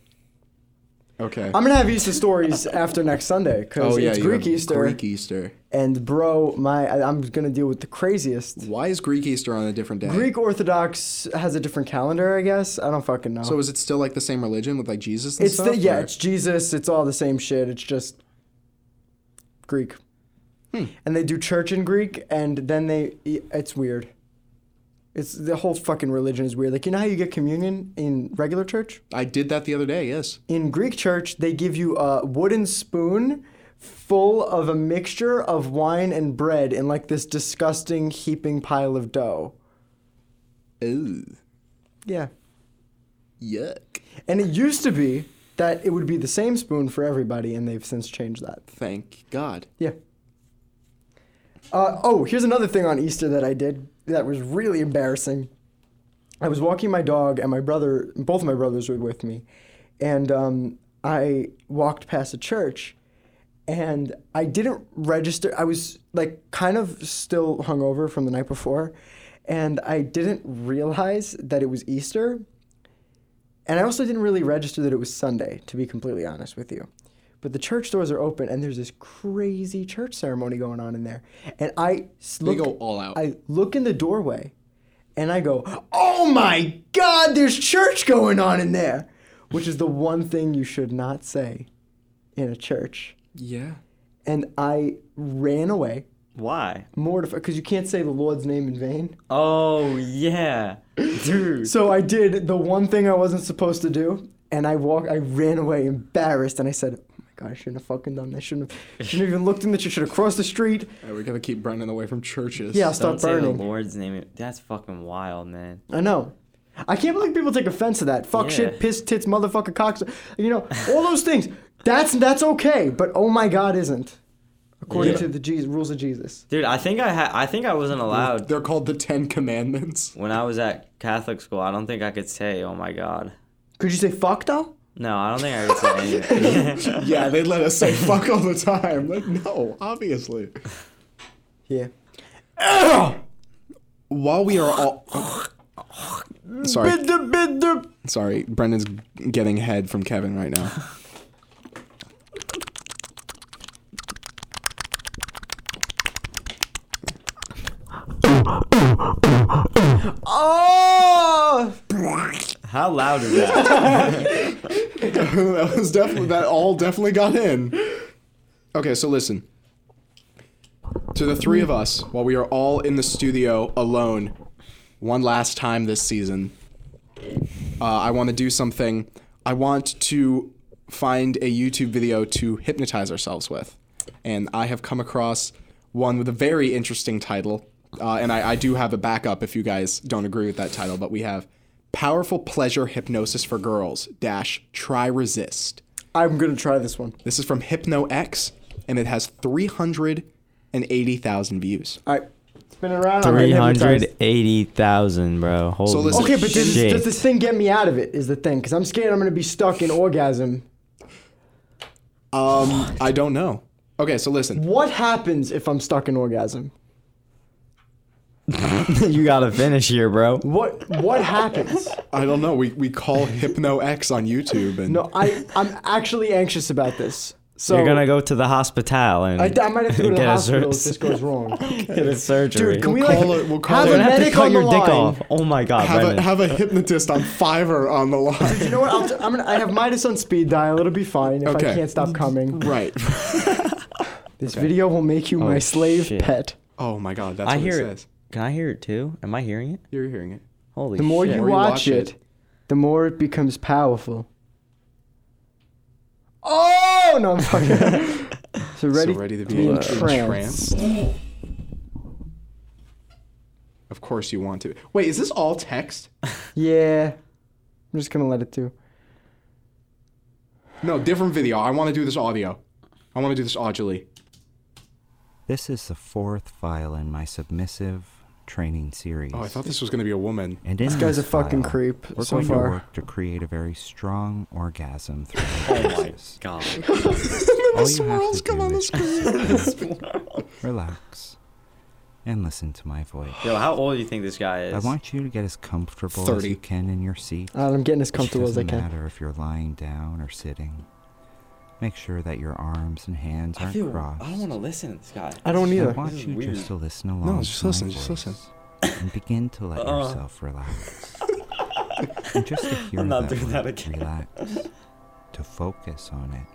Speaker 2: Okay.
Speaker 1: I'm gonna have Easter stories after next Sunday because it's
Speaker 2: Oh, you
Speaker 1: Greek
Speaker 2: have
Speaker 1: Easter,
Speaker 2: Greek Easter.
Speaker 1: and bro, my I, I'm gonna deal with the craziest.
Speaker 2: Why is Greek Easter on a different day?
Speaker 1: Greek Orthodox has a different calendar, I guess. I don't fucking know.
Speaker 2: So is it still like the same religion with like Jesus and
Speaker 1: It's
Speaker 2: stuff?
Speaker 1: the yeah,
Speaker 2: or-
Speaker 1: it's Jesus. It's all the same shit. It's just Greek.
Speaker 2: Hmm.
Speaker 1: And they do church in Greek, and then they it's weird. It's the whole fucking religion is weird. Like you know how you get communion in regular church?
Speaker 2: I did that the other day. Yes.
Speaker 1: In Greek church, they give you a wooden spoon full of a mixture of wine and bread in like this disgusting heaping pile of dough.
Speaker 2: Ooh,
Speaker 1: Yeah.
Speaker 2: yuck.
Speaker 1: And it used to be that it would be the same spoon for everybody, and they've since changed that.
Speaker 2: Thank God.
Speaker 1: Yeah. Uh, oh, here's another thing on Easter that I did that was really embarrassing. I was walking my dog, and my brother, both my brothers were with me, and um, I walked past a church, and I didn't register. I was like kind of still hungover from the night before, and I didn't realize that it was Easter. And I also didn't really register that it was Sunday, to be completely honest with you. But the church doors are open, and there's this crazy church ceremony going on in there. And I s-
Speaker 2: They
Speaker 1: look,
Speaker 2: go all out.
Speaker 1: I look in the doorway, and I go, "Oh my God, there's church going on in there," which is the one thing you should not say in a church.
Speaker 2: yeah.
Speaker 1: And I ran away,
Speaker 3: Why?
Speaker 1: mortified, because you can't say the Lord's name in vain.
Speaker 3: Oh yeah, dude.
Speaker 1: So I did the one thing I wasn't supposed to do, and I walked. I ran away, embarrassed, and I said, "Oh my god, I shouldn't have fucking done that. Shouldn't have. Shouldn't have even looked in the church. Should have crossed the street.
Speaker 2: Hey, we gotta keep Brendan away from churches.
Speaker 1: Yeah, I'll
Speaker 3: Don't
Speaker 1: stop
Speaker 3: say the
Speaker 1: burning.
Speaker 3: Lord's name. That's fucking wild, man.
Speaker 1: I know. I can't believe people take offense to that. Fuck
Speaker 3: Yeah.
Speaker 1: shit, piss, tits, motherfucker, cocks. You know all those things. That's that's okay, but oh my god, isn't. according
Speaker 3: Yeah.
Speaker 1: to the Jesus, rules of Jesus.
Speaker 3: Dude, I think I had. I think I wasn't allowed
Speaker 2: They're called the Ten Commandments.
Speaker 3: when I was at Catholic school. I don't think I could say, "Oh my God."
Speaker 1: Could you say fuck though?
Speaker 3: No, I don't think I could say anything.
Speaker 2: Yeah, they let us say fuck all the time. Like, no, obviously.
Speaker 1: Yeah.
Speaker 2: While we are all. Sorry, sorry. Brendan's getting head from Kevin right now.
Speaker 1: Oh!
Speaker 3: How loud is that?
Speaker 2: that was definitely that all definitely got in. Okay, so listen. To the three of us, while we are all in the studio alone, one last time this season, uh, I want to do something. I want to find a YouTube video to hypnotize ourselves with, and I have come across one with a very interesting title. Uh, and I, I do have a backup if you guys don't agree with that title, but we have "Powerful Pleasure Hypnosis for Girls" dash Try Resist.
Speaker 1: I'm gonna try this one.
Speaker 2: This is from HypnoX, and it has 380,000 views.
Speaker 1: All right, spin it around. I'm
Speaker 3: Three
Speaker 1: getting
Speaker 3: hundred
Speaker 1: hypnotized.
Speaker 3: eighty thousand, bro. Holy
Speaker 2: listen-
Speaker 1: Okay, but does,
Speaker 3: shit.
Speaker 1: does this thing get me out of it? Is the thing? Because I'm scared I'm gonna be stuck in orgasm.
Speaker 2: Um, I don't know. Okay, so listen.
Speaker 1: What happens if I'm stuck in orgasm?
Speaker 3: you gotta finish here, bro.
Speaker 1: What What happens?
Speaker 2: I don't know. We, we call HypnoX on YouTube, and
Speaker 1: No, I I'm actually anxious about this. So
Speaker 3: You're gonna go to the hospital and
Speaker 1: I, I might have to go to
Speaker 3: get
Speaker 1: the
Speaker 3: a
Speaker 1: hospital if
Speaker 3: sur-
Speaker 1: this goes wrong.
Speaker 3: get a surgery.
Speaker 1: Dude, can we
Speaker 2: We'll
Speaker 1: like
Speaker 2: call it- we'll
Speaker 1: have
Speaker 2: call it-
Speaker 3: You're
Speaker 1: a
Speaker 3: gonna have to
Speaker 1: medic
Speaker 3: cut
Speaker 1: on the
Speaker 3: your dick
Speaker 1: line?
Speaker 3: off. Oh my god,
Speaker 2: have, a,
Speaker 3: Brennan.
Speaker 2: have a hypnotist on Fiverr on the
Speaker 1: You
Speaker 2: line.
Speaker 1: know what? I'll t- I'm gonna, I have Midas on speed dial. It'll be fine if
Speaker 2: Okay.
Speaker 1: I can't stop coming.
Speaker 2: right.
Speaker 1: This video will make you my slave
Speaker 3: Oh, shit.
Speaker 1: pet.
Speaker 2: Oh my God, that's
Speaker 3: I
Speaker 2: what
Speaker 3: hear
Speaker 2: it
Speaker 3: it.
Speaker 2: says.
Speaker 3: Can I hear it too? Am I hearing it?
Speaker 2: You're hearing it.
Speaker 3: Holy
Speaker 1: The more
Speaker 3: shit.
Speaker 1: you
Speaker 2: More you
Speaker 1: watch
Speaker 2: watch
Speaker 1: it,
Speaker 2: it,
Speaker 1: the more it becomes powerful. Oh no! I'm fucking. so ready,
Speaker 2: so ready to
Speaker 1: be
Speaker 2: be
Speaker 1: entranced.
Speaker 2: entranced. Of course you want to. Wait, is this all text?
Speaker 1: Yeah, I'm just gonna let it do.
Speaker 2: No, different video. I want to do this audio. I want to do this audially.
Speaker 8: This is the fourth file in my submissive training series.
Speaker 2: Oh, I thought this was gonna be a woman.
Speaker 8: and in this
Speaker 1: guy's a fucking
Speaker 8: file,
Speaker 1: creep
Speaker 8: We're
Speaker 1: so
Speaker 8: going
Speaker 1: far.
Speaker 8: to work to create a very strong orgasm through hypnosis.
Speaker 3: Oh God.
Speaker 8: All you have to do is relax and listen to my voice.
Speaker 3: Yo, how old do you think this guy is?
Speaker 8: I want you to get as comfortable as
Speaker 2: 30.
Speaker 8: you can in your seat.
Speaker 1: Alright, Uh, I'm getting as comfortable
Speaker 8: it
Speaker 1: as I
Speaker 8: doesn't
Speaker 1: can.
Speaker 8: matter if you're lying down or sitting. Make sure that your arms and hands
Speaker 3: I
Speaker 8: aren't
Speaker 3: feel.
Speaker 8: crossed.
Speaker 3: I don't want to listen to this guy.
Speaker 1: I don't
Speaker 8: I
Speaker 1: either.
Speaker 8: want
Speaker 3: This is
Speaker 8: you
Speaker 3: weird.
Speaker 8: just to listen along. to
Speaker 2: just
Speaker 8: my
Speaker 2: listen, just listen.
Speaker 8: voice And begin to let
Speaker 3: Uh-uh.
Speaker 8: yourself relax. and just to hear
Speaker 3: not
Speaker 8: that,
Speaker 3: doing
Speaker 8: word,
Speaker 3: that again.
Speaker 8: relax. To focus on it.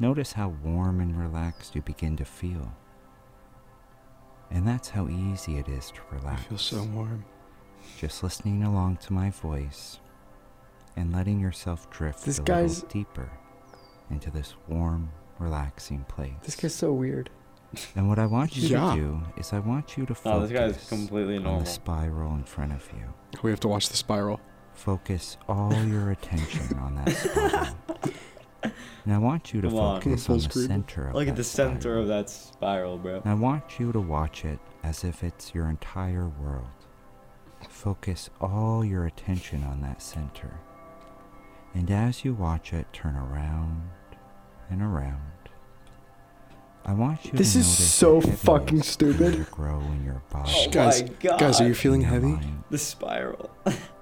Speaker 8: Notice how warm and relaxed you begin to feel. And that's how easy it is to relax.
Speaker 2: warm.
Speaker 8: Just listening along to my voice and letting yourself drift
Speaker 1: This
Speaker 8: a
Speaker 1: guy's-
Speaker 8: little deeper into this warm, relaxing place.
Speaker 1: This guy's so weird.
Speaker 8: And what I want you
Speaker 2: Yeah.
Speaker 8: to do is I want you to
Speaker 3: Oh,
Speaker 8: focus
Speaker 3: this guy's completely
Speaker 8: on
Speaker 3: normal.
Speaker 8: the spiral in front of you.
Speaker 2: We have to watch the spiral.
Speaker 8: Focus all your attention on that spiral. And I want you to
Speaker 3: Come on.
Speaker 8: focus
Speaker 2: Full
Speaker 8: on the
Speaker 2: screen.
Speaker 8: center of
Speaker 3: Look at
Speaker 8: that
Speaker 3: the center
Speaker 8: spiral.
Speaker 3: of that spiral, bro.
Speaker 8: And I want you to watch it as if it's your entire world. Focus all your attention on that center. And as you watch it turn around and around, I want you
Speaker 1: This
Speaker 8: to
Speaker 1: is
Speaker 8: notice the
Speaker 1: so
Speaker 8: heaviness
Speaker 1: fucking
Speaker 8: begin
Speaker 1: stupid.
Speaker 8: to grow in your body.
Speaker 3: Oh
Speaker 2: Guys-
Speaker 3: my god.
Speaker 2: Guys, are you
Speaker 8: in
Speaker 2: feeling
Speaker 8: your
Speaker 2: heavy?
Speaker 8: mind.
Speaker 3: The spiral.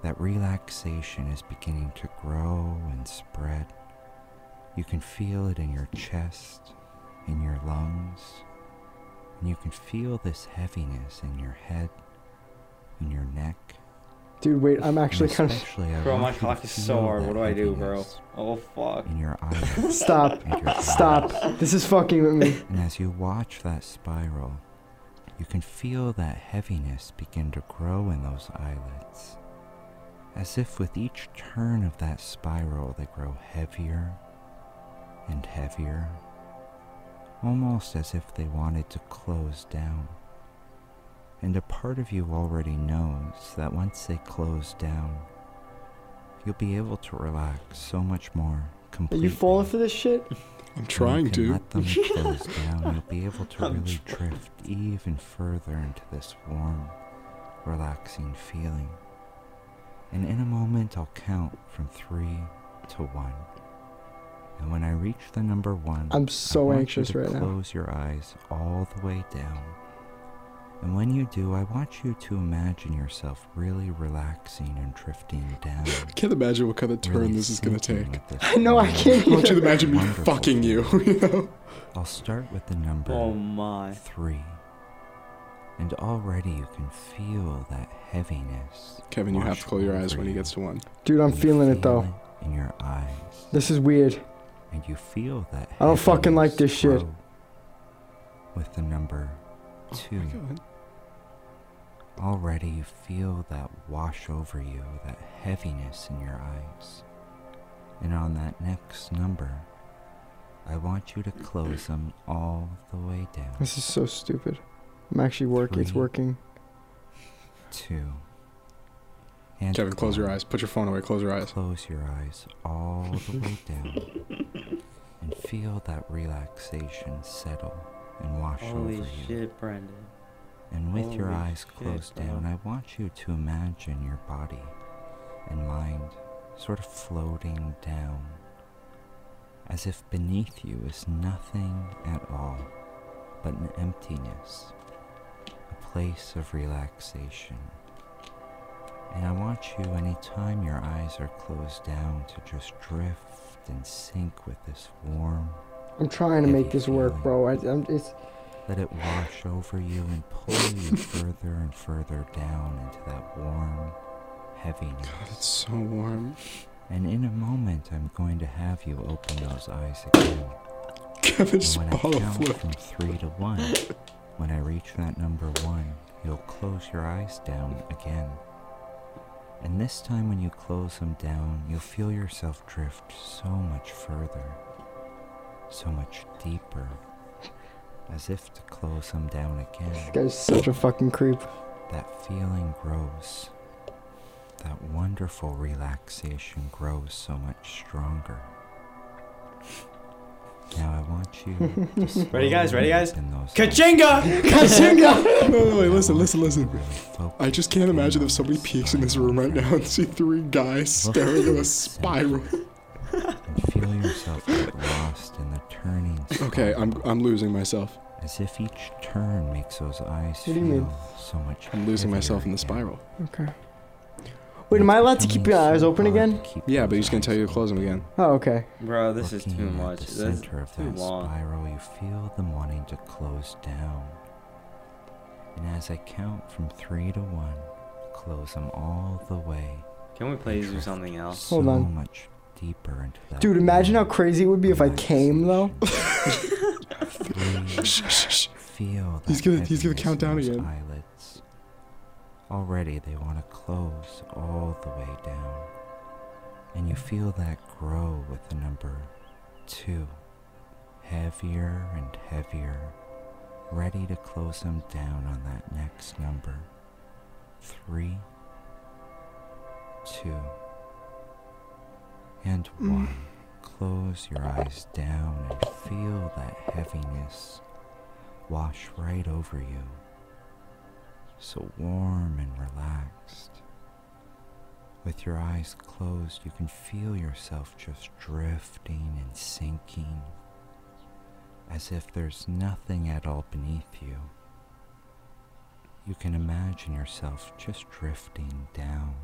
Speaker 8: That relaxation is beginning to grow and spread. You can feel it in your chest, in your lungs, and you can feel this heaviness in your head, in your neck.
Speaker 1: Dude, wait, I'm
Speaker 8: and
Speaker 1: actually kind of.
Speaker 8: especially I
Speaker 3: Bro, my
Speaker 8: want you to
Speaker 3: cock is so
Speaker 8: feel
Speaker 3: hard.
Speaker 8: that
Speaker 3: What do I do, bro?
Speaker 8: heaviness
Speaker 3: Oh fuck.
Speaker 8: In your eyes.
Speaker 1: Stop.
Speaker 8: and your eyes.
Speaker 1: Stop. This is fucking with me.
Speaker 8: And as you watch that spiral, you can feel that heaviness begin to grow in those eyelids. As if with each turn of that spiral, they grow heavier and heavier, almost as if they wanted to close down. And a part of you already knows that once they close down, you'll be able to relax so much more
Speaker 1: Are
Speaker 8: completely.
Speaker 1: you falling for this shit?
Speaker 2: I'm
Speaker 8: when you
Speaker 2: trying
Speaker 8: can
Speaker 2: to.
Speaker 8: Let them close down. You'll be able to really drift even further into this warm, relaxing feeling. And in a moment, I'll count from three to one. And when I reach the number one,
Speaker 1: I'm so
Speaker 8: I want
Speaker 1: anxious
Speaker 8: you to
Speaker 1: right now.
Speaker 8: Close your eyes all the way down. And when you do, I want you to imagine yourself really relaxing and drifting down.
Speaker 2: I can't imagine what kind of turn
Speaker 8: really
Speaker 2: this is gonna
Speaker 8: sinking
Speaker 2: take.
Speaker 8: with this
Speaker 1: I know I
Speaker 8: warm,
Speaker 1: can't
Speaker 2: I want you to imagine me
Speaker 8: wonderful
Speaker 2: fucking you.
Speaker 8: feeling.
Speaker 2: you know?
Speaker 8: I'll start with the number
Speaker 3: Oh my.
Speaker 8: three. And already you can feel that heaviness.
Speaker 2: Kevin, you have to
Speaker 8: wash
Speaker 2: close your eyes
Speaker 8: over
Speaker 2: when he
Speaker 8: you.
Speaker 2: gets to one.
Speaker 1: Dude, I'm
Speaker 8: You
Speaker 1: feeling it
Speaker 8: feel
Speaker 1: though.
Speaker 8: In your eyes.
Speaker 1: This is weird.
Speaker 8: And you feel that.
Speaker 1: I don't fucking like
Speaker 8: heaviness
Speaker 1: this shit.
Speaker 8: grow With the number two.
Speaker 2: God.
Speaker 8: Already you feel that wash over you, that heaviness in your eyes. And on that next number, I want you to close them all the way down.
Speaker 1: This is so stupid. I'm actually working. It's
Speaker 8: Three.
Speaker 1: working.
Speaker 8: Two. And
Speaker 2: Kevin, close your
Speaker 8: close.
Speaker 2: eyes. Put your phone away. Close your eyes.
Speaker 8: Close your eyes all the way down and feel that relaxation settle and wash
Speaker 3: Holy
Speaker 8: over you.
Speaker 3: shit, Brendan.
Speaker 8: And with your
Speaker 3: holy
Speaker 8: eyes
Speaker 3: shit,
Speaker 8: closed
Speaker 3: bro.
Speaker 8: down, I want you to imagine your body and mind sort of floating down as if beneath you is nothing at all but an emptiness, a place of relaxation. And I want you, anytime your eyes are closed down, to just drift and sink with this warm,
Speaker 1: I'm trying to make this work, bro. I, I'm, it's
Speaker 8: let it wash over you and pull you further and further down into that warm heaviness.
Speaker 2: It's so warm.
Speaker 8: And in a moment, I'm going to have you open those eyes again.
Speaker 2: Kevin's
Speaker 8: And when I
Speaker 2: bottle
Speaker 8: count
Speaker 2: flipped.
Speaker 8: from three to one, when I reach that number one, you'll close your eyes down again. And this time, when you close them down, you'll feel yourself drift so much further, so much deeper, as if to close them down
Speaker 1: this
Speaker 8: again.
Speaker 1: guy's such a fucking creep.
Speaker 8: That feeling grows. That wonderful relaxation grows so much stronger. Now I want you. To
Speaker 3: Ready, guys? Ready,
Speaker 8: slowly
Speaker 3: guys?
Speaker 8: open those eyes
Speaker 3: Kachinga!
Speaker 2: No, no, wait,
Speaker 8: and I
Speaker 2: listen, listen,
Speaker 8: want you to
Speaker 2: listen.
Speaker 8: really focus
Speaker 2: I just can't
Speaker 8: in
Speaker 2: imagine
Speaker 8: on
Speaker 2: if somebody
Speaker 8: that
Speaker 2: peeks in this
Speaker 8: spiral
Speaker 2: room right
Speaker 8: effect
Speaker 2: now and see three guys staring at a spiral.
Speaker 8: and feel yourself get lost in the turning.
Speaker 2: Okay, I'm
Speaker 8: spiral,
Speaker 2: I'm losing myself.
Speaker 8: As if each turn makes those eyes
Speaker 1: What
Speaker 8: feel
Speaker 1: do you mean?
Speaker 8: so much.
Speaker 2: I'm losing
Speaker 8: heavier
Speaker 2: myself in the
Speaker 8: again.
Speaker 2: spiral.
Speaker 1: Okay. Wait, am I allowed to keep your eyes open again?
Speaker 2: Yeah, but he's gonna tell you to close them again.
Speaker 1: Oh, okay.
Speaker 3: Bro, this is too much.
Speaker 8: At the
Speaker 3: This is
Speaker 8: center of
Speaker 3: too
Speaker 8: that
Speaker 3: long.
Speaker 8: spiral, you feel them wanting to close down. And as I count from three to one, close them all the way.
Speaker 3: Can we please do something else?
Speaker 1: Hold
Speaker 8: so
Speaker 1: on.
Speaker 8: much deeper into that.
Speaker 1: Dude, imagine how
Speaker 8: warm
Speaker 1: crazy it would be if I came though.
Speaker 8: relaxation. Three,
Speaker 2: Shh, shh, shh.
Speaker 8: feel
Speaker 2: He's
Speaker 8: that
Speaker 2: gonna- he's gonna
Speaker 8: heaviness
Speaker 2: count
Speaker 8: in
Speaker 2: down
Speaker 8: those
Speaker 2: again.
Speaker 8: Eyelids. Already they want to close all the way down. And you feel that grow with the number two. Heavier and heavier. Ready to close them down on that next number. Three. Two. And
Speaker 2: Mm.
Speaker 8: one. Close your eyes down and feel that heaviness wash right over you. So warm and relaxed. With your eyes closed, you can feel yourself just drifting and sinking, as if there's nothing at all beneath you. You can imagine yourself just drifting down,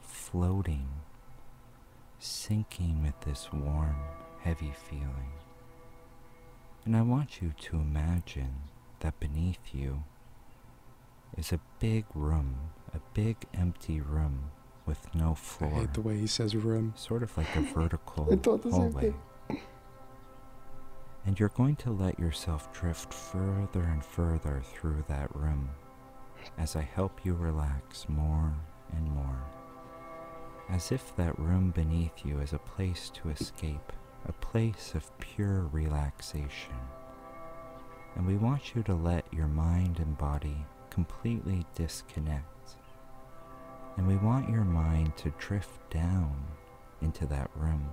Speaker 8: floating, sinking with this warm, heavy feeling. And I want you to imagine that beneath you is a big room, a big empty room with no
Speaker 2: I
Speaker 8: floor.
Speaker 2: hate the way he says room.
Speaker 8: Sort of like a vertical
Speaker 1: I thought the same
Speaker 8: hallway.
Speaker 1: thing.
Speaker 8: And you're going to let yourself drift further and further through that room as I help you relax more and more. As if that room beneath you is a place to escape, a place of pure relaxation. And we want you to let your mind and body completely disconnect. And we want your mind to drift down into that room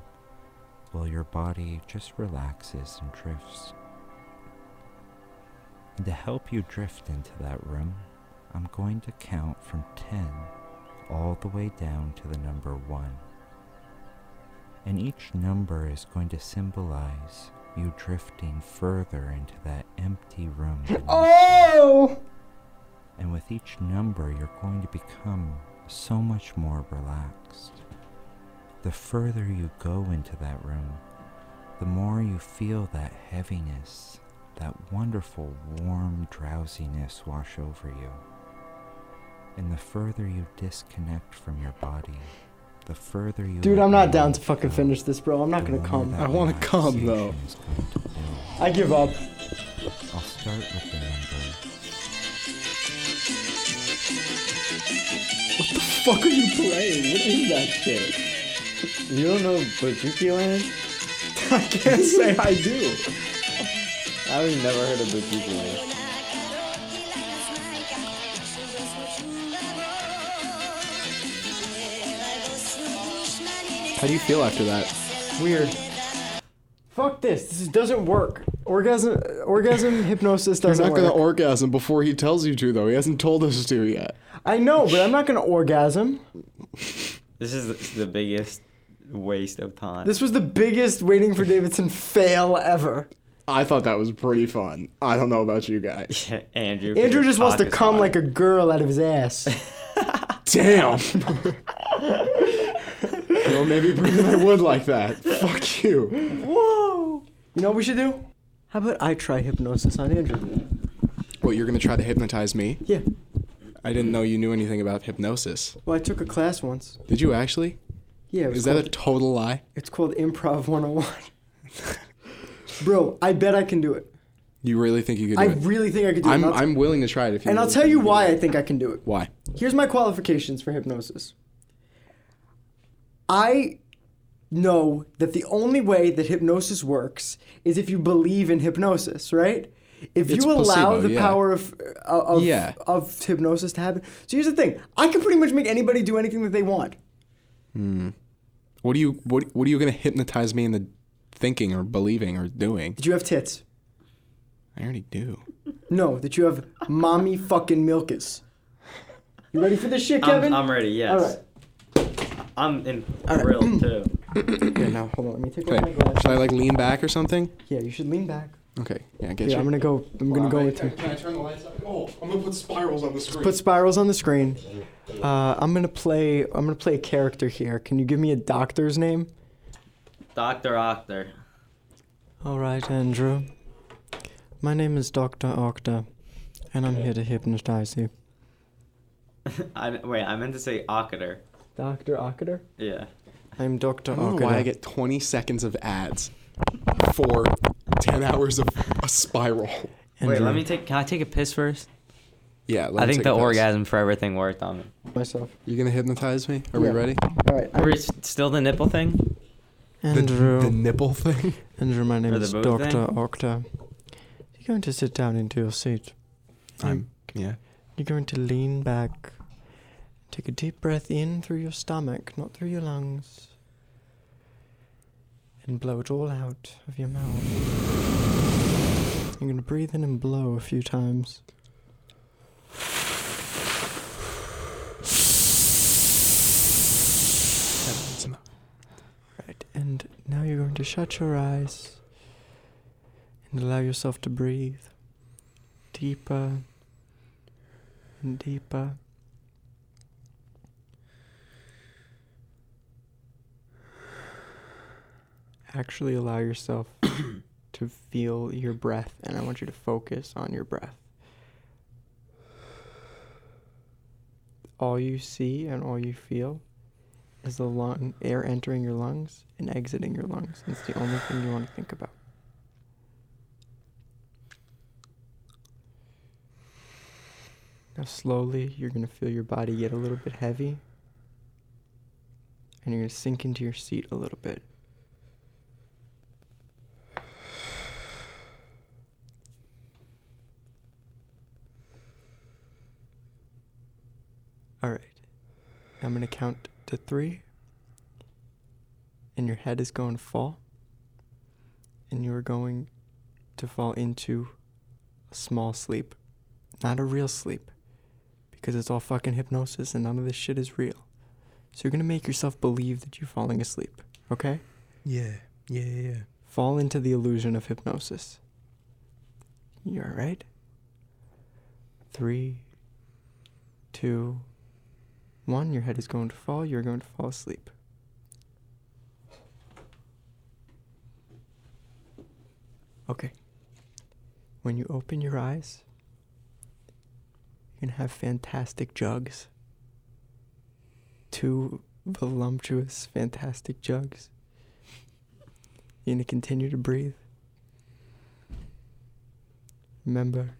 Speaker 8: while your body just relaxes and drifts. And to help you drift into that room, I'm going to count from 10 all the way down to the number 1. And each number is going to symbolize you drifting further into that empty room.
Speaker 1: Oh!
Speaker 8: And with each number, you're going to become so much more relaxed. The further you go into that room, the more you feel that heaviness, that wonderful warm drowsiness wash over you. And the further you disconnect from your body, the further you.
Speaker 1: Dude, I'm not
Speaker 8: allow
Speaker 1: down to
Speaker 8: it
Speaker 1: fucking
Speaker 8: go,
Speaker 1: finish this, bro. I'm not
Speaker 8: the
Speaker 1: gonna
Speaker 8: more
Speaker 1: come.
Speaker 8: that
Speaker 2: I wanna come, though.
Speaker 8: relaxation is going to build.
Speaker 1: I give up.
Speaker 8: I'll start with the number.
Speaker 2: What the fuck are you playing? What is that shit?
Speaker 3: You don't know Bajuki Land?
Speaker 2: I can't say I do.
Speaker 3: I've never heard of Bajuki Land.
Speaker 2: How do you feel after that?
Speaker 1: Weird. Fuck this. This doesn't work. Orgasm, orgasm hypnosis
Speaker 2: You're
Speaker 1: doesn't
Speaker 2: not gonna
Speaker 1: work.
Speaker 2: orgasm before he tells you to, though. He hasn't told us to yet.
Speaker 1: I know, but I'm not gonna orgasm.
Speaker 3: This is the, the biggest waste of time.
Speaker 1: This was the biggest waiting for Davidson fail ever.
Speaker 2: I thought that was pretty fun. I don't know about you guys.
Speaker 3: Andrew.
Speaker 1: Andrew just wants to
Speaker 3: cock is
Speaker 1: come
Speaker 3: hard.
Speaker 1: like a girl out of his ass.
Speaker 2: Damn. well, maybe Brandon, I would like that. Fuck you.
Speaker 1: Whoa! You know what we should do? How about I try hypnosis on Andrew?
Speaker 2: What, you're gonna try to hypnotize me?
Speaker 1: Yeah.
Speaker 2: I didn't know you knew anything about hypnosis.
Speaker 1: Well, I took a class once.
Speaker 2: Did you actually?
Speaker 1: Yeah. It was
Speaker 2: Is
Speaker 1: called,
Speaker 2: that a total lie?
Speaker 1: It's called Improv 101. Bro, I bet I can do it.
Speaker 2: You really think you could do
Speaker 1: I
Speaker 2: it?
Speaker 1: really think I can do
Speaker 2: I'm,
Speaker 1: it. And I'll-
Speaker 2: I'm willing to try it if you
Speaker 1: and I'll
Speaker 2: really
Speaker 1: tell
Speaker 2: think
Speaker 1: you
Speaker 2: can do
Speaker 1: why
Speaker 2: it.
Speaker 1: I think I can do it.
Speaker 2: Why?
Speaker 1: Here's my qualifications for hypnosis. I know that the only way that hypnosis works is if you believe in hypnosis, right? If
Speaker 2: It's
Speaker 1: you allow
Speaker 2: placebo,
Speaker 1: the
Speaker 2: yeah.
Speaker 1: power of uh, of,
Speaker 2: Yeah.
Speaker 1: of hypnosis to happen. So here's the thing: I can pretty much make anybody do anything that they want.
Speaker 2: What are you what what are you gonna hypnotize me into thinking or believing or doing?
Speaker 1: That you have tits.
Speaker 2: I already do.
Speaker 1: No, that you have mommy fucking milkers. You ready for this shit, Kevin?
Speaker 3: I'm, I'm ready, yes.
Speaker 1: All right.
Speaker 3: I'm in thrilled too.
Speaker 1: Here, now hold on. Let me take off Oh my
Speaker 2: Okay.
Speaker 1: glasses.
Speaker 2: Should I like lean back or something?
Speaker 1: Yeah, you should lean back.
Speaker 2: Okay. Yeah, I get
Speaker 1: Yeah,
Speaker 2: you.
Speaker 1: I'm gonna go. I'm gonna go with you.
Speaker 2: I turn the lights up? Oh, I'm gonna put spirals on the screen.
Speaker 1: put spirals on the screen. Uh, I'm gonna play. I'm gonna play a character here. Can you give me a doctor's name?
Speaker 3: Doctor Octor.
Speaker 1: All right, Andrew. My name is Doctor Octa, and I'm here to hypnotize you.
Speaker 3: I, wait, I meant to say Octor.
Speaker 1: Doctor Octa?
Speaker 3: Yeah.
Speaker 1: I'm Doctor
Speaker 2: I don't
Speaker 1: Octa.
Speaker 2: know why I get 20 seconds of ads for 10 hours of a spiral.
Speaker 3: Wait, let me take. Can I take a piss first?
Speaker 2: Yeah, let
Speaker 3: I
Speaker 2: me
Speaker 3: think
Speaker 2: take
Speaker 3: the
Speaker 2: this.
Speaker 3: orgasm for everything worked on me.
Speaker 1: myself.
Speaker 2: You gonna hypnotize me? Are
Speaker 1: Yeah.
Speaker 2: we ready?
Speaker 1: All right,
Speaker 3: Are we s- still the nipple thing?
Speaker 2: The,
Speaker 1: Andrew.
Speaker 2: the nipple thing?
Speaker 1: Andrew, my name
Speaker 3: Or the
Speaker 1: is
Speaker 3: boat
Speaker 1: Doctor
Speaker 3: thing?
Speaker 1: Octa. You're going to sit down into your seat.
Speaker 2: I'm yeah.
Speaker 1: You're going to lean back. Take a deep breath in through your stomach, not through your lungs. And blow it all out of your mouth. You're going to breathe in and blow a few times. Right, and now you're going to shut your eyes and allow yourself to breathe deeper and deeper. Actually, allow yourself to feel your breath, and I want you to focus on your breath. All you see and all you feel is the lung, air entering your lungs and exiting your lungs. It's the only thing you want to think about. Now, slowly, you're going to feel your body get a little bit heavy. And you're going to sink into your seat a little bit. All right. I'm going to count to three. And your head is going to fall. and you are going to fall into a small sleep. Not a real sleep. Because it's all fucking hypnosis and none of this shit is real. So you're gonna make yourself believe that you're falling asleep, okay?
Speaker 9: Yeah. Yeah. Yeah.
Speaker 1: Fall into the illusion of hypnosis. You alright? Three, two, one. Your head is going to fall. You're going to fall asleep. Okay. When you open your eyes, you're going to have fantastic jugs. Two voluptuous, fantastic jugs. You're going to continue to breathe. Remember,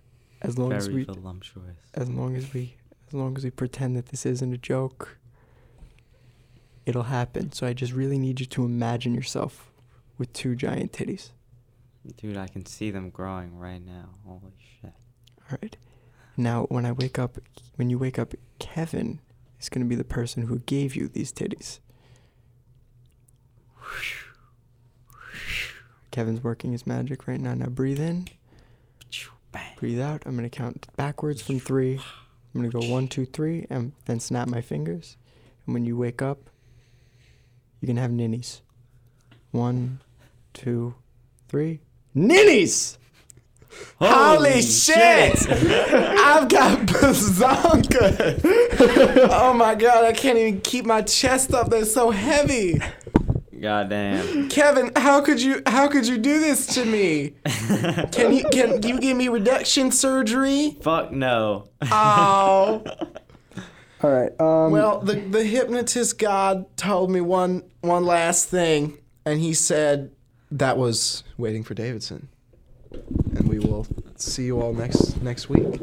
Speaker 1: as long as
Speaker 3: Very
Speaker 1: we
Speaker 3: voluptuous.
Speaker 1: as long as we as long as we pretend that this isn't a joke it'll happen so i just really need you to imagine yourself with two giant titties
Speaker 3: Dude, I can see them growing right now. Holy shit.
Speaker 1: all right now when i wake up when you wake up kevin is going to be the person who gave you these titties kevin's working his magic right now now breathe in
Speaker 3: Bang.
Speaker 1: Breathe out. I'm going to count backwards from three. I'm going to go one, two, three, and then snap my fingers. And when you wake up, you can have ninnies. One, two, three. Ninnies!
Speaker 7: Holy shit! I've got bazonka. oh my god, I can't even keep my chest up. That's so heavy.
Speaker 3: Goddamn.
Speaker 7: Kevin, how could you how could you do this to me? Can you can you give me reduction surgery?
Speaker 3: Fuck no.
Speaker 7: Oh.
Speaker 1: All right. Um,
Speaker 7: Well, the the hypnotist god told me one one last thing and he said that was waiting for Davidson. And we will see you all next next week.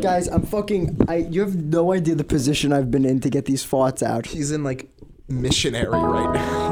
Speaker 1: guys, I'm fucking. I, you have no idea the position I've been in to get these thoughts out.
Speaker 7: He's in like missionary right now.